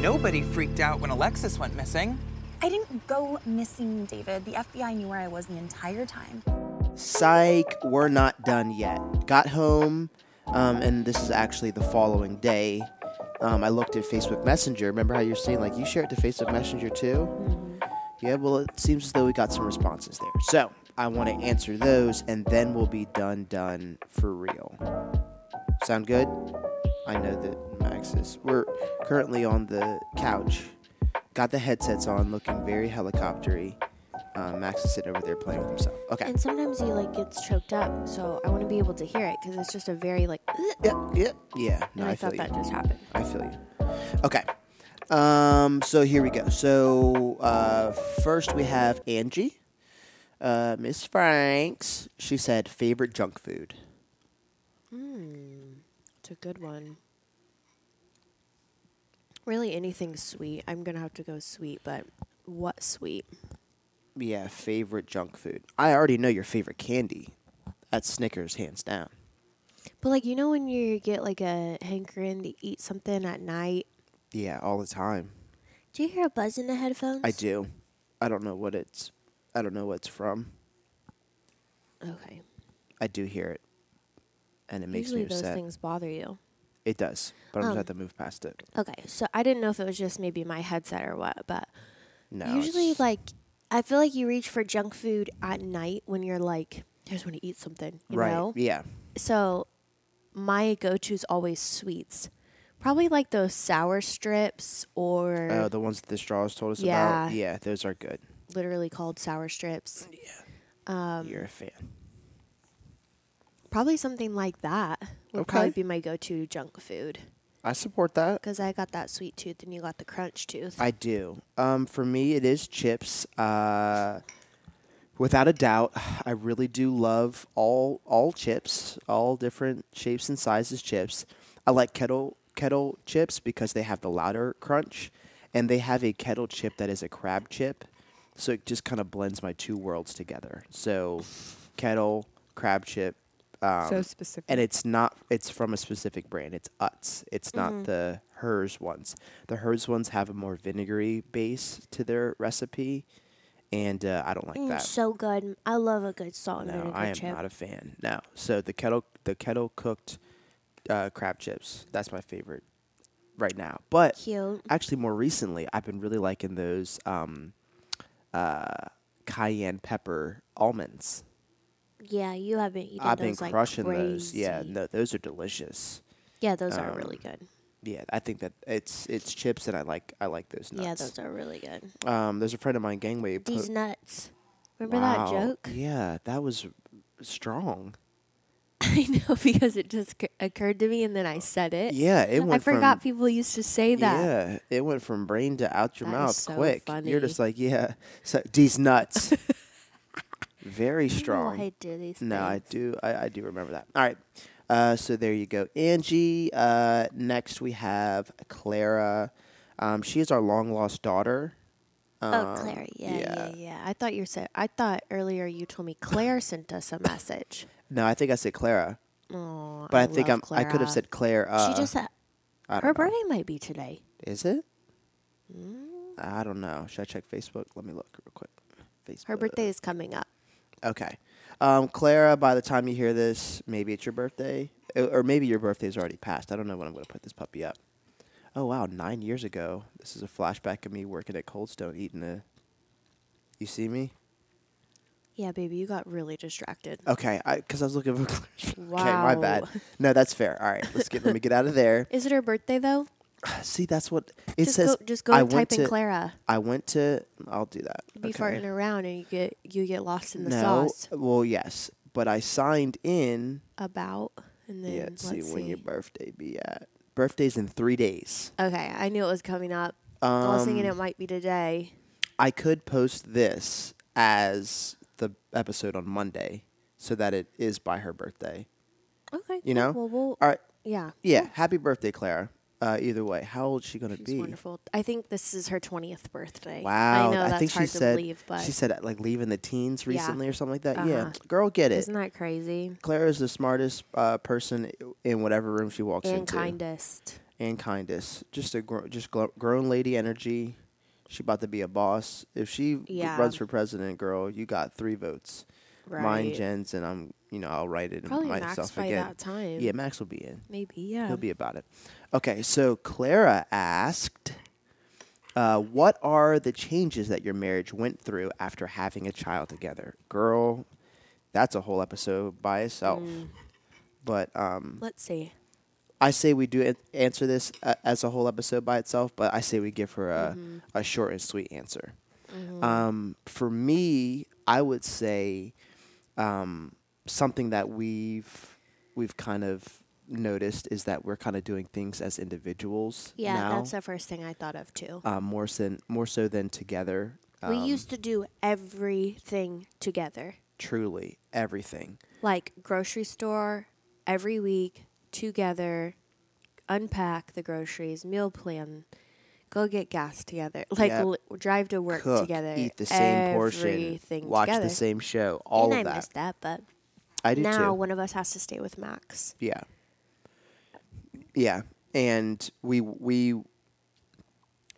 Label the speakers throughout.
Speaker 1: Nobody freaked out when Alexis went missing.
Speaker 2: I didn't go missing, David. The FBI knew where I was the entire time.
Speaker 3: Psych, we're not done yet. Got home, um, and this is actually the following day. Um, I looked at Facebook Messenger. Remember how you're saying, like, you shared to Facebook Messenger too? Yeah, well, it seems as though we got some responses there. So I want to answer those, and then we'll be done, done for real. Sound good? I know that Max is. We're currently on the couch. Got the headsets on, looking very helicoptery. Uh, Max is sitting over there playing with himself. Okay.
Speaker 4: And sometimes he like gets choked up, so I want to be able to hear it because it's just a very like.
Speaker 3: Yeah, yeah, yeah. No,
Speaker 4: And I,
Speaker 3: I, feel
Speaker 4: thought
Speaker 3: you.
Speaker 4: that just happened.
Speaker 3: I feel you. Okay. Um, so here we go. So uh, first we have Angie, uh, Miss Franks. She said favorite junk food.
Speaker 4: It's a good one. Really, anything sweet. I'm gonna have to go sweet, but what sweet?
Speaker 3: Yeah, favorite junk food. I already know your favorite candy. That's Snickers, hands down.
Speaker 4: But like you know when you get like a hankering to eat something at night.
Speaker 3: Yeah, all the time.
Speaker 4: Do you hear a buzz in the headphones?
Speaker 3: I do. I don't know what it's. I don't know what it's from.
Speaker 4: Okay.
Speaker 3: I do hear it, and it makes
Speaker 4: Usually
Speaker 3: me
Speaker 4: those
Speaker 3: upset.
Speaker 4: things bother you.
Speaker 3: It does, but I'm
Speaker 4: Um,
Speaker 3: just have to move past it.
Speaker 4: Okay, so I didn't know if it was just maybe my headset or what, but
Speaker 3: No.
Speaker 4: usually
Speaker 3: it's-
Speaker 4: like I feel like you reach for junk food at night when you're like I just want to eat something, you
Speaker 3: right?
Speaker 4: know?
Speaker 3: Yeah.
Speaker 4: So my go-to is always sweets. Probably like those sour strips or
Speaker 3: Oh, the ones that the straws told us
Speaker 4: Yeah.
Speaker 3: about. Yeah, those are good.
Speaker 4: literally called sour strips. Um,
Speaker 3: You're a fan.
Speaker 4: Probably something like that would
Speaker 3: Okay.
Speaker 4: probably be my go-to junk food
Speaker 3: I support that.
Speaker 4: because I got that sweet tooth and you got the crunch tooth.
Speaker 3: I do. Um, for me, it is chips. Uh, without a doubt, I really do love all all chips, all different shapes and sizes chips. I like kettle kettle chips because they have the louder crunch, and they have a kettle chip that is a crab chip, so it just kind of blends my two worlds together. So, kettle crab chip. Um,
Speaker 5: so specific.
Speaker 3: and it's not it's from a specific brand it's utz it's
Speaker 4: Mm-hmm.
Speaker 3: not the hers ones the hers ones have a more vinegary base to their recipe and uh, i don't like
Speaker 4: Mm,
Speaker 3: that
Speaker 4: so good. I love a good salt and
Speaker 3: no
Speaker 4: vinegar
Speaker 3: i am
Speaker 4: chip.
Speaker 3: not a fan no so the kettle the kettle cooked uh, crab chips that's my favorite right now but
Speaker 4: Cute.
Speaker 3: actually more recently i've been really liking those um, uh, cayenne pepper almonds
Speaker 4: Yeah, you have been eating
Speaker 3: i've been
Speaker 4: those like
Speaker 3: crushing those yeah
Speaker 4: crazy.
Speaker 3: no um, those are delicious
Speaker 4: Yeah, those are really good.
Speaker 3: Yeah, I think that it's it's chips, and I like I like those nuts.
Speaker 4: Yeah, those are really good.
Speaker 3: Um, there's a friend of mine, Gangway. po-
Speaker 4: These nuts. Remember that
Speaker 3: Wow.
Speaker 4: joke?
Speaker 3: Yeah, that was strong.
Speaker 4: I know because it just c- occurred to me and then I said it.
Speaker 3: Yeah, it
Speaker 4: I
Speaker 3: went. From,
Speaker 4: forgot people used to say that.
Speaker 3: Yeah, it went from brain to out your
Speaker 4: That is
Speaker 3: mouth
Speaker 4: so
Speaker 3: quick. You're just
Speaker 4: funny.
Speaker 3: like, yeah, so, these nuts. Very strong.
Speaker 4: I do these
Speaker 3: No, I
Speaker 4: things.
Speaker 3: do. I, I do remember that. All right. Uh, so there you go, Angie. Uh, next we have Clara. Um, she is our long lost daughter. uh,
Speaker 4: oh, Claire. Yeah, yeah, yeah, I thought you said. I thought earlier you told me Claire sent us a message.
Speaker 3: No, I think I said Clara.
Speaker 4: Oh,
Speaker 3: But I, think I'm,
Speaker 4: love
Speaker 3: I could have
Speaker 4: Clara.
Speaker 3: said Claire. Uh,
Speaker 4: she just. ha-
Speaker 3: I
Speaker 4: her Mm.
Speaker 3: don't know.
Speaker 4: birthday might be today.
Speaker 3: Is it? I don't know. Should I check Facebook? Let me look real quick. Facebook.
Speaker 4: Her birthday is coming up.
Speaker 3: Okay. Um, Clara, by the time you hear this, maybe it's your birthday, O- or maybe your birthday's already passed. I don't know when I'm going to put this puppy up. Oh wow, nine years ago. This is a flashback of me working at Cold Stone eating a. You see me?
Speaker 4: Yeah, baby, you got really distracted.
Speaker 3: Okay, because I, was looking for. okay, my
Speaker 4: Wow.
Speaker 3: bad. No, that's fair. All right, let's get. let me get out of there.
Speaker 4: Is it her birthday though?
Speaker 3: See, that's what it
Speaker 4: just
Speaker 3: says.
Speaker 4: go, just go
Speaker 3: I
Speaker 4: and
Speaker 3: went
Speaker 4: type in
Speaker 3: to-
Speaker 4: Clara.
Speaker 3: I went to. I'll do that.
Speaker 4: Be farting around and you get you get lost in the
Speaker 3: no.
Speaker 4: sauce.
Speaker 3: Well, yes, but I signed in.
Speaker 4: About and then
Speaker 3: yeah,
Speaker 4: let's
Speaker 3: let's see, when your
Speaker 4: see.
Speaker 3: birthday be at. Birthday's in three days.
Speaker 4: Okay, I knew it was coming up. Oh, I was
Speaker 3: Um,
Speaker 4: thinking it might be today.
Speaker 3: I could post this as the episode on Monday, so that it is by her birthday.
Speaker 4: Okay.
Speaker 3: You
Speaker 4: cool.
Speaker 3: know.
Speaker 4: Well, we'll-
Speaker 3: All right.
Speaker 4: yeah.
Speaker 3: Yeah. Happy birthday, Clara. Uh, either way, how old is she gonna
Speaker 4: She's
Speaker 3: be?
Speaker 4: wonderful. I think this is her 20th birthday.
Speaker 3: Wow.
Speaker 4: I know that's
Speaker 3: think she
Speaker 4: hard to
Speaker 3: said
Speaker 4: believe, but
Speaker 3: she said like leaving the teens recently or something like that. Yeah.
Speaker 4: Uh-huh.
Speaker 3: Girl, get it.
Speaker 4: isn't that crazy?
Speaker 3: Claire is the smartest uh, person in whatever room she walks
Speaker 4: And
Speaker 3: into.
Speaker 4: kindest.
Speaker 3: and kindest. Just a gr- just gl- grown lady energy. She about to be a boss. If she g-
Speaker 4: Yeah.
Speaker 3: runs for president, girl, you got three votes. Mine,
Speaker 4: Right.
Speaker 3: Jen's, and I'm. You know, I'll write it in
Speaker 4: Probably
Speaker 3: myself
Speaker 4: Max by
Speaker 3: again.
Speaker 4: that time.
Speaker 3: Yeah, Max will be in.
Speaker 4: Maybe, yeah.
Speaker 3: He'll be about it. Okay, so Clara asked, uh, "What are the changes that your marriage went through after having a child together?" Girl, that's a whole episode by itself. But um,
Speaker 4: Let's see.
Speaker 3: I say we do an- answer this uh, as a whole episode by itself. But I say we give her a,
Speaker 4: Mm-hmm.
Speaker 3: a short and sweet answer. Um, for me, I would say um, something that we've we've kind of noticed is that we're kind of doing things as individuals
Speaker 4: Yeah,
Speaker 3: now,
Speaker 4: that's the first thing I thought of too.
Speaker 3: uh, more than more so than together.
Speaker 4: we
Speaker 3: um,
Speaker 4: used to do everything together,
Speaker 3: truly everything.
Speaker 4: like grocery store every week together, unpack the groceries, meal plan, go get gas together, like
Speaker 3: Yep.
Speaker 4: li- drive to work
Speaker 3: Cook,
Speaker 4: together,
Speaker 3: eat the same portion,
Speaker 4: everything
Speaker 3: watch
Speaker 4: together.
Speaker 3: the same show, all of
Speaker 4: and I
Speaker 3: that.
Speaker 4: missed that, but
Speaker 3: I do
Speaker 4: now
Speaker 3: too.
Speaker 4: one of us has to stay with Max.
Speaker 3: Yeah. Yeah, and we we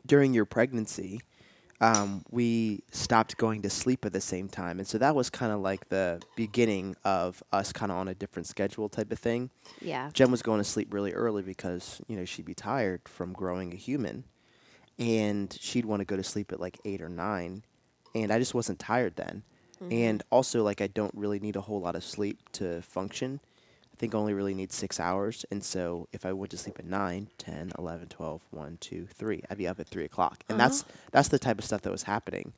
Speaker 3: during your pregnancy, um, we stopped going to sleep at the same time, and so that was kind of like the beginning of us kind of on a different schedule type of thing.
Speaker 4: Yeah.
Speaker 3: Jen was going to sleep really early because you know she'd be tired from growing a human, and she'd want to go to sleep at like eight or nine, and I just wasn't tired then, and also like I don't really need a whole lot of sleep to function. I think I only really need six hours, and so if I went to sleep at 9, 10, 11, 12, 1, 2, 3, I'd be up at three o'clock, and that's that's the type of stuff that was happening.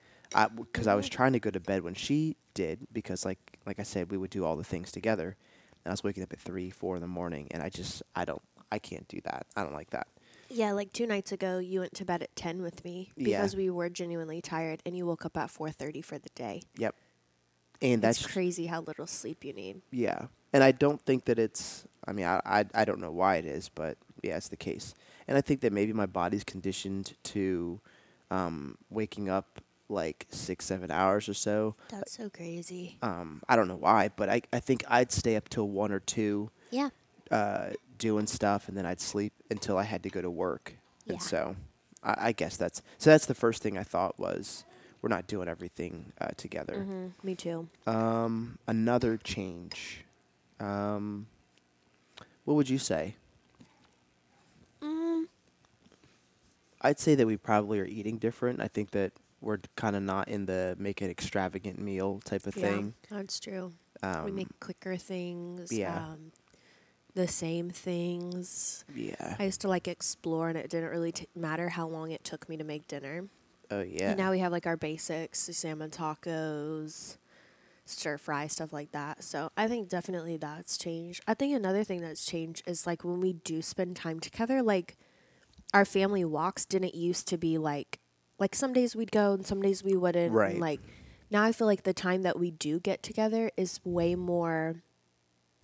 Speaker 3: Because I was trying to go to bed when she did, because like like I said, we would do all the things together, and I was waking up at three, four in the morning, and I just I don't I can't do that. I don't like that.
Speaker 4: Yeah, like two nights ago, you went to bed at ten with me
Speaker 3: Yeah.
Speaker 4: because we were genuinely tired, and you woke up at four thirty for the day.
Speaker 3: Yep. And that's
Speaker 4: it's crazy how little sleep you need.
Speaker 3: yeah, and I don't think that it's. I mean, I, I I don't know why it is, but yeah, it's the case. And I think that maybe my body's conditioned to um, waking up like six, seven hours or so.
Speaker 4: That's so crazy.
Speaker 3: Um, I don't know why, but I I think I'd stay up till one or two
Speaker 4: Yeah.
Speaker 3: uh, doing stuff, and then I'd sleep until I had to go to work. And
Speaker 4: Yeah.
Speaker 3: so, I, I guess that's so. That's the first thing I thought was we're not doing everything uh, together.
Speaker 4: Me too.
Speaker 3: Um, another change. Um, what would you say?
Speaker 4: Mm,
Speaker 3: I'd say that we probably are eating different. I think that we're kind of not in the make an extravagant meal type of thing.
Speaker 4: Yeah, that's true. we
Speaker 3: Um,
Speaker 4: make quicker things.
Speaker 3: yeah.
Speaker 4: Um, the same things.
Speaker 3: Yeah.
Speaker 4: I used to like explore, and it didn't really t- matter how long it took me to make dinner.
Speaker 3: oh yeah.
Speaker 4: And now we have like our basics: the salmon tacos, stir fry, stuff like that. So I think definitely that's changed. I think another thing that's changed is like when we do spend time together, like our family walks didn't used to be like like some days we'd go and some days we wouldn't. and,
Speaker 3: Right.
Speaker 4: Like now I feel like the time that we do get together is way more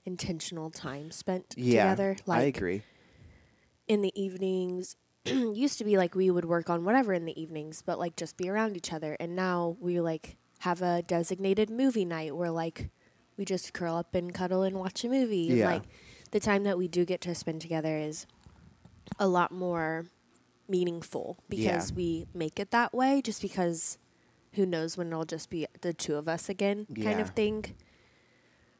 Speaker 4: intentional time spent
Speaker 3: yeah.
Speaker 4: together. Like
Speaker 3: I agree.
Speaker 4: in the evenings used to be like we would work on whatever in the evenings but like just be around each other and now we like have a designated movie night where like we just curl up and cuddle and watch a movie and
Speaker 3: Yeah.
Speaker 4: like the time that we do get to spend together is a lot more meaningful because we make it that way just because who knows when it'll just be the two of us again kind
Speaker 3: Yeah.
Speaker 4: of thing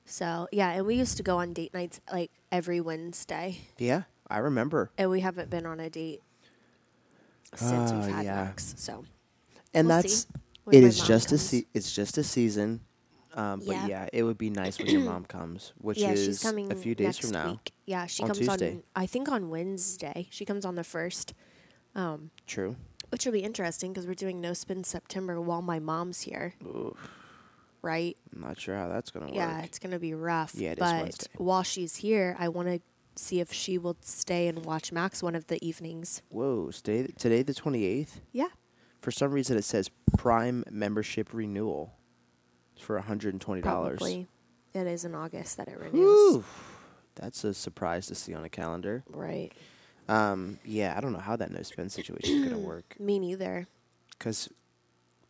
Speaker 4: so yeah and we used to go on date nights like every wednesday
Speaker 3: Yeah, I remember.
Speaker 4: and we haven't been on a date since
Speaker 3: Oh,
Speaker 4: we've had
Speaker 3: yeah.
Speaker 4: Max. So
Speaker 3: and
Speaker 4: We'll see
Speaker 3: that's
Speaker 4: when
Speaker 3: it
Speaker 4: my
Speaker 3: is
Speaker 4: mom
Speaker 3: just a
Speaker 4: comes.
Speaker 3: se- it's just a season um, but yeah.
Speaker 4: Yeah.
Speaker 3: it would be nice when your mom comes which
Speaker 4: yeah,
Speaker 3: is
Speaker 4: she's coming
Speaker 3: a few days
Speaker 4: next
Speaker 3: from now
Speaker 4: Week. Yeah, she
Speaker 3: on
Speaker 4: comes
Speaker 3: Tuesday.
Speaker 4: on. I think on Wednesday she comes on the first,
Speaker 3: true
Speaker 4: which will be interesting because we're doing no spin September while my mom's here. Right?
Speaker 3: i'm not sure how that's gonna
Speaker 4: Yeah,
Speaker 3: work
Speaker 4: it's gonna be rough.
Speaker 3: Yeah, it is
Speaker 4: but
Speaker 3: Wednesday.
Speaker 4: while she's here, I want to see if she will stay and watch Max one of the evenings.
Speaker 3: whoa today, today the 28th
Speaker 4: Yeah.
Speaker 3: for some reason it says prime membership renewal for $120
Speaker 4: Probably. It is in August that it renews.
Speaker 3: Whew. that's a surprise to see on a calendar
Speaker 4: Right.
Speaker 3: um, yeah i don't know how that no spend situation is gonna work
Speaker 4: Me neither.
Speaker 3: because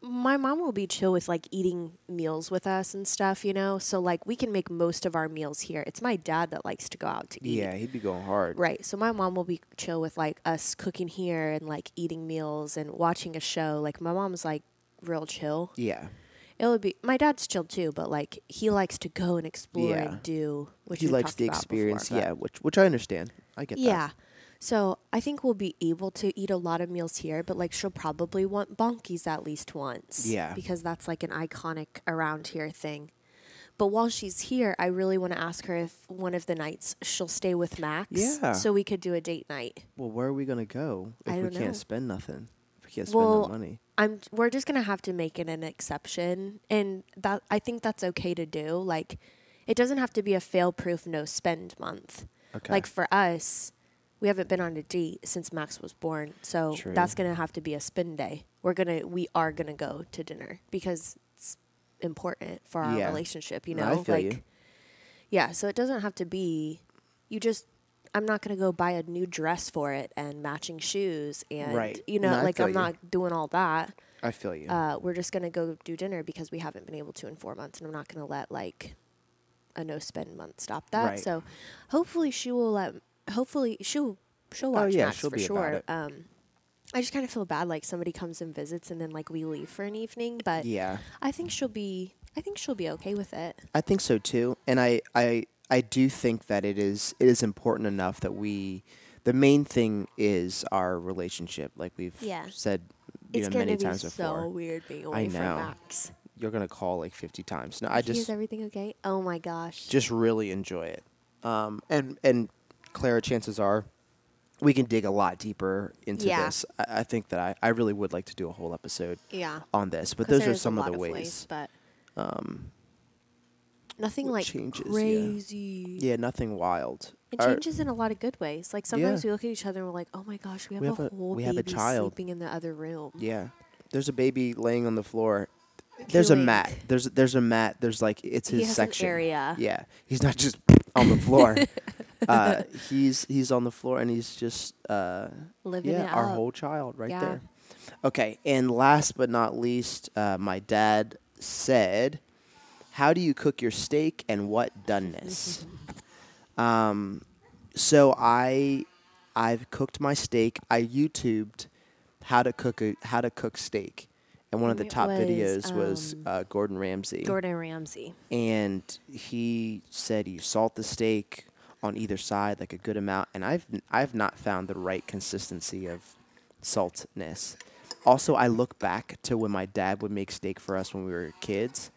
Speaker 4: my mom will be chill with like eating meals with us and stuff, you know? So like we can make most of our meals here. It's my dad that likes to go out to eat.
Speaker 3: Yeah, he'd be going hard.
Speaker 4: Right. So my mom will be chill with like us cooking here and like eating meals and watching a show. Like my mom's like real chill.
Speaker 3: Yeah.
Speaker 4: It would be my dad's chill too, but like he likes to go and explore
Speaker 3: Yeah.
Speaker 4: and do which
Speaker 3: he
Speaker 4: we
Speaker 3: likes
Speaker 4: talked
Speaker 3: the
Speaker 4: about before,
Speaker 3: experience.
Speaker 4: but-
Speaker 3: yeah, which which I understand. I get that.
Speaker 4: yeah. So I think we'll be able to eat a lot of meals here, but like she'll probably want bonkies at least once.
Speaker 3: Yeah.
Speaker 4: Because that's like an iconic around here thing. But while she's here, I really want to ask her if one of the nights she'll stay with Max.
Speaker 3: Yeah.
Speaker 4: So we could do a date night.
Speaker 3: Well, where are we gonna go if
Speaker 4: I
Speaker 3: we
Speaker 4: don't
Speaker 3: can't
Speaker 4: know.
Speaker 3: spend nothing? If we can't spend
Speaker 4: Well,
Speaker 3: no money.
Speaker 4: I'm we're just gonna have to make it an exception, and that I think that's okay to do. Like, it doesn't have to be a fail-proof no spend month.
Speaker 3: Okay.
Speaker 4: Like for us, we haven't been on a date since Max was born, so
Speaker 3: True.
Speaker 4: that's gonna have to be a spend day. We're gonna we are gonna go to dinner because it's important for our
Speaker 3: Yeah.
Speaker 4: relationship. You
Speaker 3: No,
Speaker 4: know,
Speaker 3: I feel
Speaker 4: like
Speaker 3: you.
Speaker 4: yeah. So it doesn't have to be. You just I'm not gonna go buy a new dress for it and matching shoes and
Speaker 3: Right.
Speaker 4: you know
Speaker 3: No, I
Speaker 4: like
Speaker 3: feel
Speaker 4: I'm
Speaker 3: you.
Speaker 4: not doing all that
Speaker 3: I feel you.
Speaker 4: uh, we're just gonna go do dinner because we haven't been able to in four months, and I'm not gonna let like a no spend month stop that.
Speaker 3: Right.
Speaker 4: So hopefully she will let. Hopefully she'll she'll watch
Speaker 3: Oh, yeah,
Speaker 4: Max
Speaker 3: she'll
Speaker 4: for
Speaker 3: be about
Speaker 4: sure.
Speaker 3: it.
Speaker 4: Um, I just kind of feel bad like somebody comes and visits and then like we leave for an evening, but
Speaker 3: yeah.
Speaker 4: I think she'll be I think she'll be okay with it.
Speaker 3: I think so too, and I, I I do think that it is it is important enough that we the main thing is our relationship, like we've
Speaker 4: Yeah.
Speaker 3: said you
Speaker 4: it's
Speaker 3: know many
Speaker 4: gonna be
Speaker 3: times
Speaker 4: so
Speaker 3: before.
Speaker 4: weird being away from
Speaker 3: know.
Speaker 4: Max.
Speaker 3: You're gonna call like fifty times. No, I
Speaker 4: He, is
Speaker 3: just
Speaker 4: everything okay? Oh my gosh.
Speaker 3: just really enjoy it, um, and and Clara, chances are. We can dig a lot deeper into
Speaker 4: Yeah.
Speaker 3: this. I, I think that I, I really would like to do a whole episode
Speaker 4: yeah.
Speaker 3: on this, but
Speaker 4: 'Cause
Speaker 3: those
Speaker 4: there
Speaker 3: are
Speaker 4: is a
Speaker 3: some of
Speaker 4: lot
Speaker 3: the ways. Um,
Speaker 4: but nothing
Speaker 3: what
Speaker 4: like
Speaker 3: changes, yeah.
Speaker 4: crazy.
Speaker 3: Yeah, nothing wild.
Speaker 4: It
Speaker 3: Or-
Speaker 4: changes in a lot of good ways. Like sometimes we look at each other and we're like, "Oh my gosh, we have, a, whole
Speaker 3: we
Speaker 4: baby
Speaker 3: have a child."
Speaker 4: sleeping in the other room."
Speaker 3: Yeah. There's a baby laying on the floor. There's a
Speaker 4: Cooing.
Speaker 3: mat. There's there's a mat. There's like it's
Speaker 4: He
Speaker 3: his
Speaker 4: has an
Speaker 3: section.
Speaker 4: area.
Speaker 3: Yeah. He's not just on the floor. uh, he's he's on the floor and he's just uh,
Speaker 4: Living
Speaker 3: yeah,
Speaker 4: it
Speaker 3: our
Speaker 4: up.
Speaker 3: whole child right
Speaker 4: Yeah.
Speaker 3: there. Okay. And last but not least, uh, my dad said, "How do you cook your steak and what doneness?" um, so I I've cooked my steak. I YouTubed how to cook a, how to cook steak, and one of the
Speaker 4: It
Speaker 3: top
Speaker 4: was,
Speaker 3: videos was
Speaker 4: um,
Speaker 3: uh, Gordon Ramsay,
Speaker 4: Gordon Ramsay.
Speaker 3: and he said you salt the steak on either side like a good amount, and I've I've not found the right consistency of saltness. Also, I look back to when my dad would make steak for us when we were kids,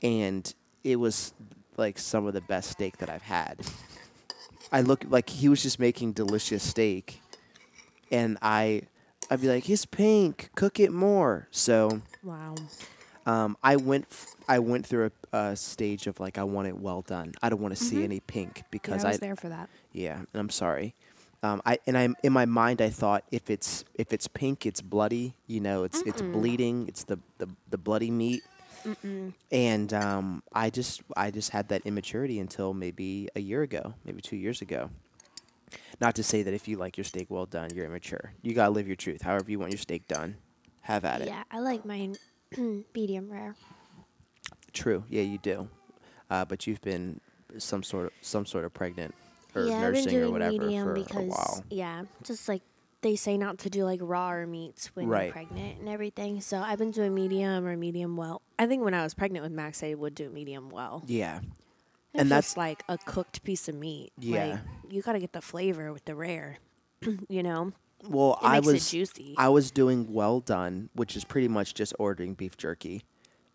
Speaker 3: and it was like some of the best steak that I've had. I look like he was just making delicious steak, and I, I'd be like, "It's pink, cook it more." So,
Speaker 4: Wow.
Speaker 3: um, I went, f- I went through a, a stage of like, I want it well done. I don't want to see any pink because I,
Speaker 4: for that.
Speaker 3: yeah, and I'm sorry. Um, I and I'm in my mind. I thought if it's if it's pink, it's bloody. You know, it's it's bleeding. It's the the, the bloody meat. And um, I just I just had that immaturity until maybe a year ago, maybe two years ago. Not to say that if you like your steak well done, you're immature. You gotta live your truth. However you want your steak done, have at it.
Speaker 6: Yeah, I like mine medium rare.
Speaker 3: True. Yeah, you do. Uh, but you've been some sort of some sort of pregnant or
Speaker 6: yeah, I've been
Speaker 3: nursing or
Speaker 6: doing
Speaker 3: whatever
Speaker 6: medium
Speaker 3: for
Speaker 6: because
Speaker 3: a while.
Speaker 6: yeah, just like they say not to do like raw or meats when
Speaker 3: Right.
Speaker 6: you're pregnant and everything. So I've been doing medium or medium well.
Speaker 4: I think when I was pregnant with Max, I would do medium well.
Speaker 3: Yeah.
Speaker 4: And,
Speaker 3: And that's-
Speaker 4: that's like a cooked piece of meat.
Speaker 3: Yeah.
Speaker 4: Like, you got to get the flavor with the rare. you know.
Speaker 3: Well,
Speaker 4: It
Speaker 3: I
Speaker 4: makes it
Speaker 3: was
Speaker 4: juicy.
Speaker 3: I was doing well done, which is pretty much just ordering beef jerky.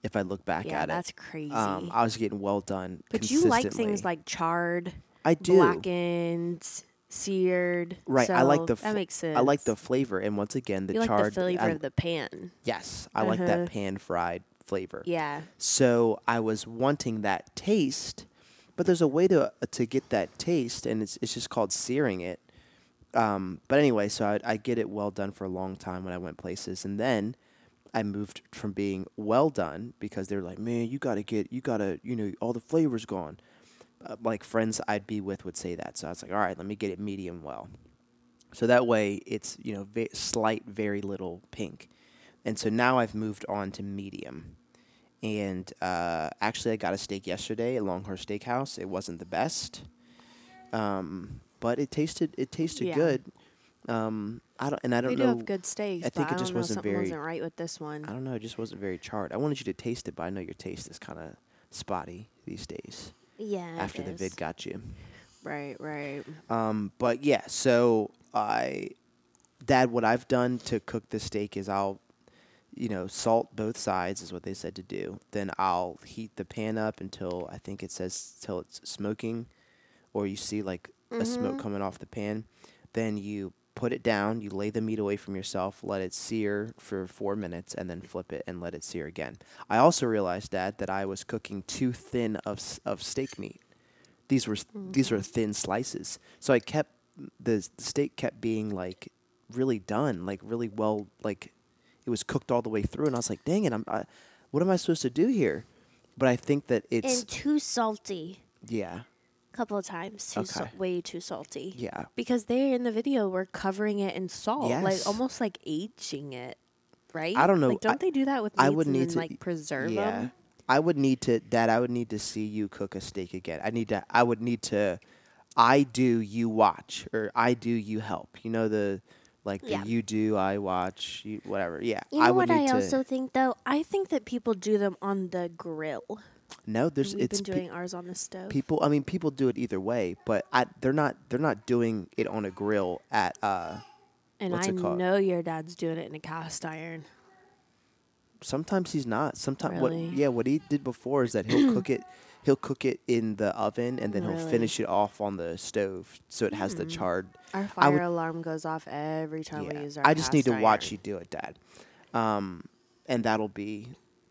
Speaker 3: If I look back
Speaker 4: Yeah,
Speaker 3: at
Speaker 4: that's
Speaker 3: it,
Speaker 4: crazy.
Speaker 3: um, I was getting well done.
Speaker 4: but you like things
Speaker 3: consistently.
Speaker 4: like charred,
Speaker 3: I do.
Speaker 4: blackened, seared.
Speaker 3: right. I like
Speaker 4: so
Speaker 3: the
Speaker 4: that
Speaker 3: fl-
Speaker 4: makes sense.
Speaker 3: I like the flavor, and once again, the
Speaker 4: you like the
Speaker 3: charred.
Speaker 4: flavor
Speaker 3: I-
Speaker 4: of the Uh-huh. pan.
Speaker 3: yes, I like that pan fried flavor.
Speaker 4: Yeah.
Speaker 3: So I was wanting that taste, but there's a way to uh, to get that taste, and it's it's just called searing it. Um, but anyway, so I I get it well done for a long time when I went places, and then I moved from being well done because they were like, man, you gotta get you gotta you know all the flavors gone. Uh, like friends I'd be with would say that, so I was like, all right, let me get it medium well. So that way, it's you know ve- slight, very little pink. And so now I've moved on to medium. And uh, actually, I got a steak yesterday at Longhorse Steakhouse. It wasn't the best, um, but it tasted it tasted
Speaker 7: Yeah.
Speaker 3: good. Um, I don't and I don't
Speaker 7: They do
Speaker 3: know.
Speaker 7: have good steaks,
Speaker 3: I
Speaker 7: but
Speaker 3: think
Speaker 7: I
Speaker 3: it
Speaker 7: don't
Speaker 3: just
Speaker 7: know
Speaker 3: wasn't
Speaker 7: something
Speaker 3: very-
Speaker 7: wasn't right with this one.
Speaker 3: I don't know. It just wasn't very charred. I wanted you to taste it, but I know your taste is kind of spotty these days.
Speaker 4: Yeah. it
Speaker 3: after the
Speaker 4: is.
Speaker 3: vid got you.
Speaker 7: Right, right.
Speaker 3: Um, but yeah, so I, Dad, what I've done to cook the steak is I'll, you know, salt both sides is what they said to do. Then I'll heat the pan up until I think it says till it's smoking, or you see like a smoke coming off the pan. Then you put it down, you lay the meat away from yourself, let it sear for four minutes, and then flip it and let it sear again. I also realized, Dad, that I was cooking too thin of s- of steak meat these were these were thin slices. So I kept the s- steak kept being like really done, like really well, like it was cooked all the way through. And I was like, dang it, I'm, I, what am I supposed to do here? But I think that it's
Speaker 4: And too salty.
Speaker 3: yeah,
Speaker 4: Couple of times, too sal-
Speaker 3: Okay.
Speaker 4: way too salty.
Speaker 3: yeah,
Speaker 7: Because they in the video were covering it in salt,
Speaker 3: Yes.
Speaker 7: like almost like aging it, right?
Speaker 3: I don't know.
Speaker 7: Like,
Speaker 3: I-
Speaker 7: don't they do that with meats
Speaker 3: I would
Speaker 7: and
Speaker 3: need
Speaker 7: then,
Speaker 3: to
Speaker 7: like preserve
Speaker 3: yeah.
Speaker 7: them?
Speaker 3: I would need to, Dad. I would need to see you cook a steak again. I need to. I would need to. I do, you watch, or I do, you help. You know the, like the
Speaker 4: Yeah.
Speaker 3: you do, I watch, you, whatever. Yeah,
Speaker 4: You know
Speaker 3: I would
Speaker 4: what
Speaker 3: need
Speaker 4: I
Speaker 3: to.
Speaker 4: also think though? I think that people do them on the grill.
Speaker 3: no, there's
Speaker 7: We've
Speaker 3: it's
Speaker 7: been
Speaker 3: pe-
Speaker 7: doing ours on the stove.
Speaker 3: people i mean people do it either way but I, they're not they're not doing it on a grill at uh
Speaker 7: and
Speaker 3: what's
Speaker 7: I
Speaker 3: it called?
Speaker 7: know your dad's doing it in a cast iron.
Speaker 3: sometimes he's not sometimes
Speaker 7: Really?
Speaker 3: what yeah what he did before is that he'll cook it he'll cook it in the oven and then he'll
Speaker 7: Really? Hmm.
Speaker 3: finish it off on the stove so it has the charred
Speaker 7: Our
Speaker 3: I
Speaker 7: fire
Speaker 3: would-
Speaker 7: alarm goes off every time we
Speaker 3: yeah.
Speaker 7: use our
Speaker 3: i just need
Speaker 7: cast
Speaker 3: to watch
Speaker 7: iron.
Speaker 3: you do it dad um and that'll be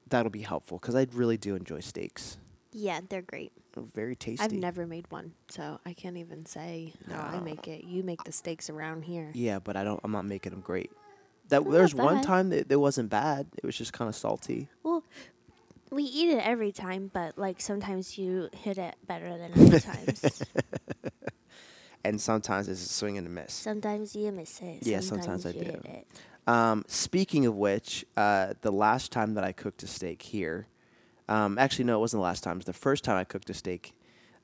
Speaker 3: that'll be helpful because i really do enjoy steaks
Speaker 4: Yeah, they're great.
Speaker 3: very tasty
Speaker 7: I've never made one, so I can't even say how I
Speaker 3: No.
Speaker 7: make it. You make the steaks around here.
Speaker 3: Yeah, but I don't. I'm not making them great. That there's one
Speaker 4: bad.
Speaker 3: time that it wasn't bad. It was just kind of salty.
Speaker 4: Well, we eat it every time, but like sometimes you hit it better than other times.
Speaker 3: and sometimes it's a swing and a miss.
Speaker 4: Sometimes you miss it.
Speaker 3: Yeah, sometimes I
Speaker 4: you
Speaker 3: do.
Speaker 4: hit it.
Speaker 3: Um, speaking of which, uh, the last time that I cooked a steak here, um, actually no, it wasn't the last time. It was the first time I cooked a steak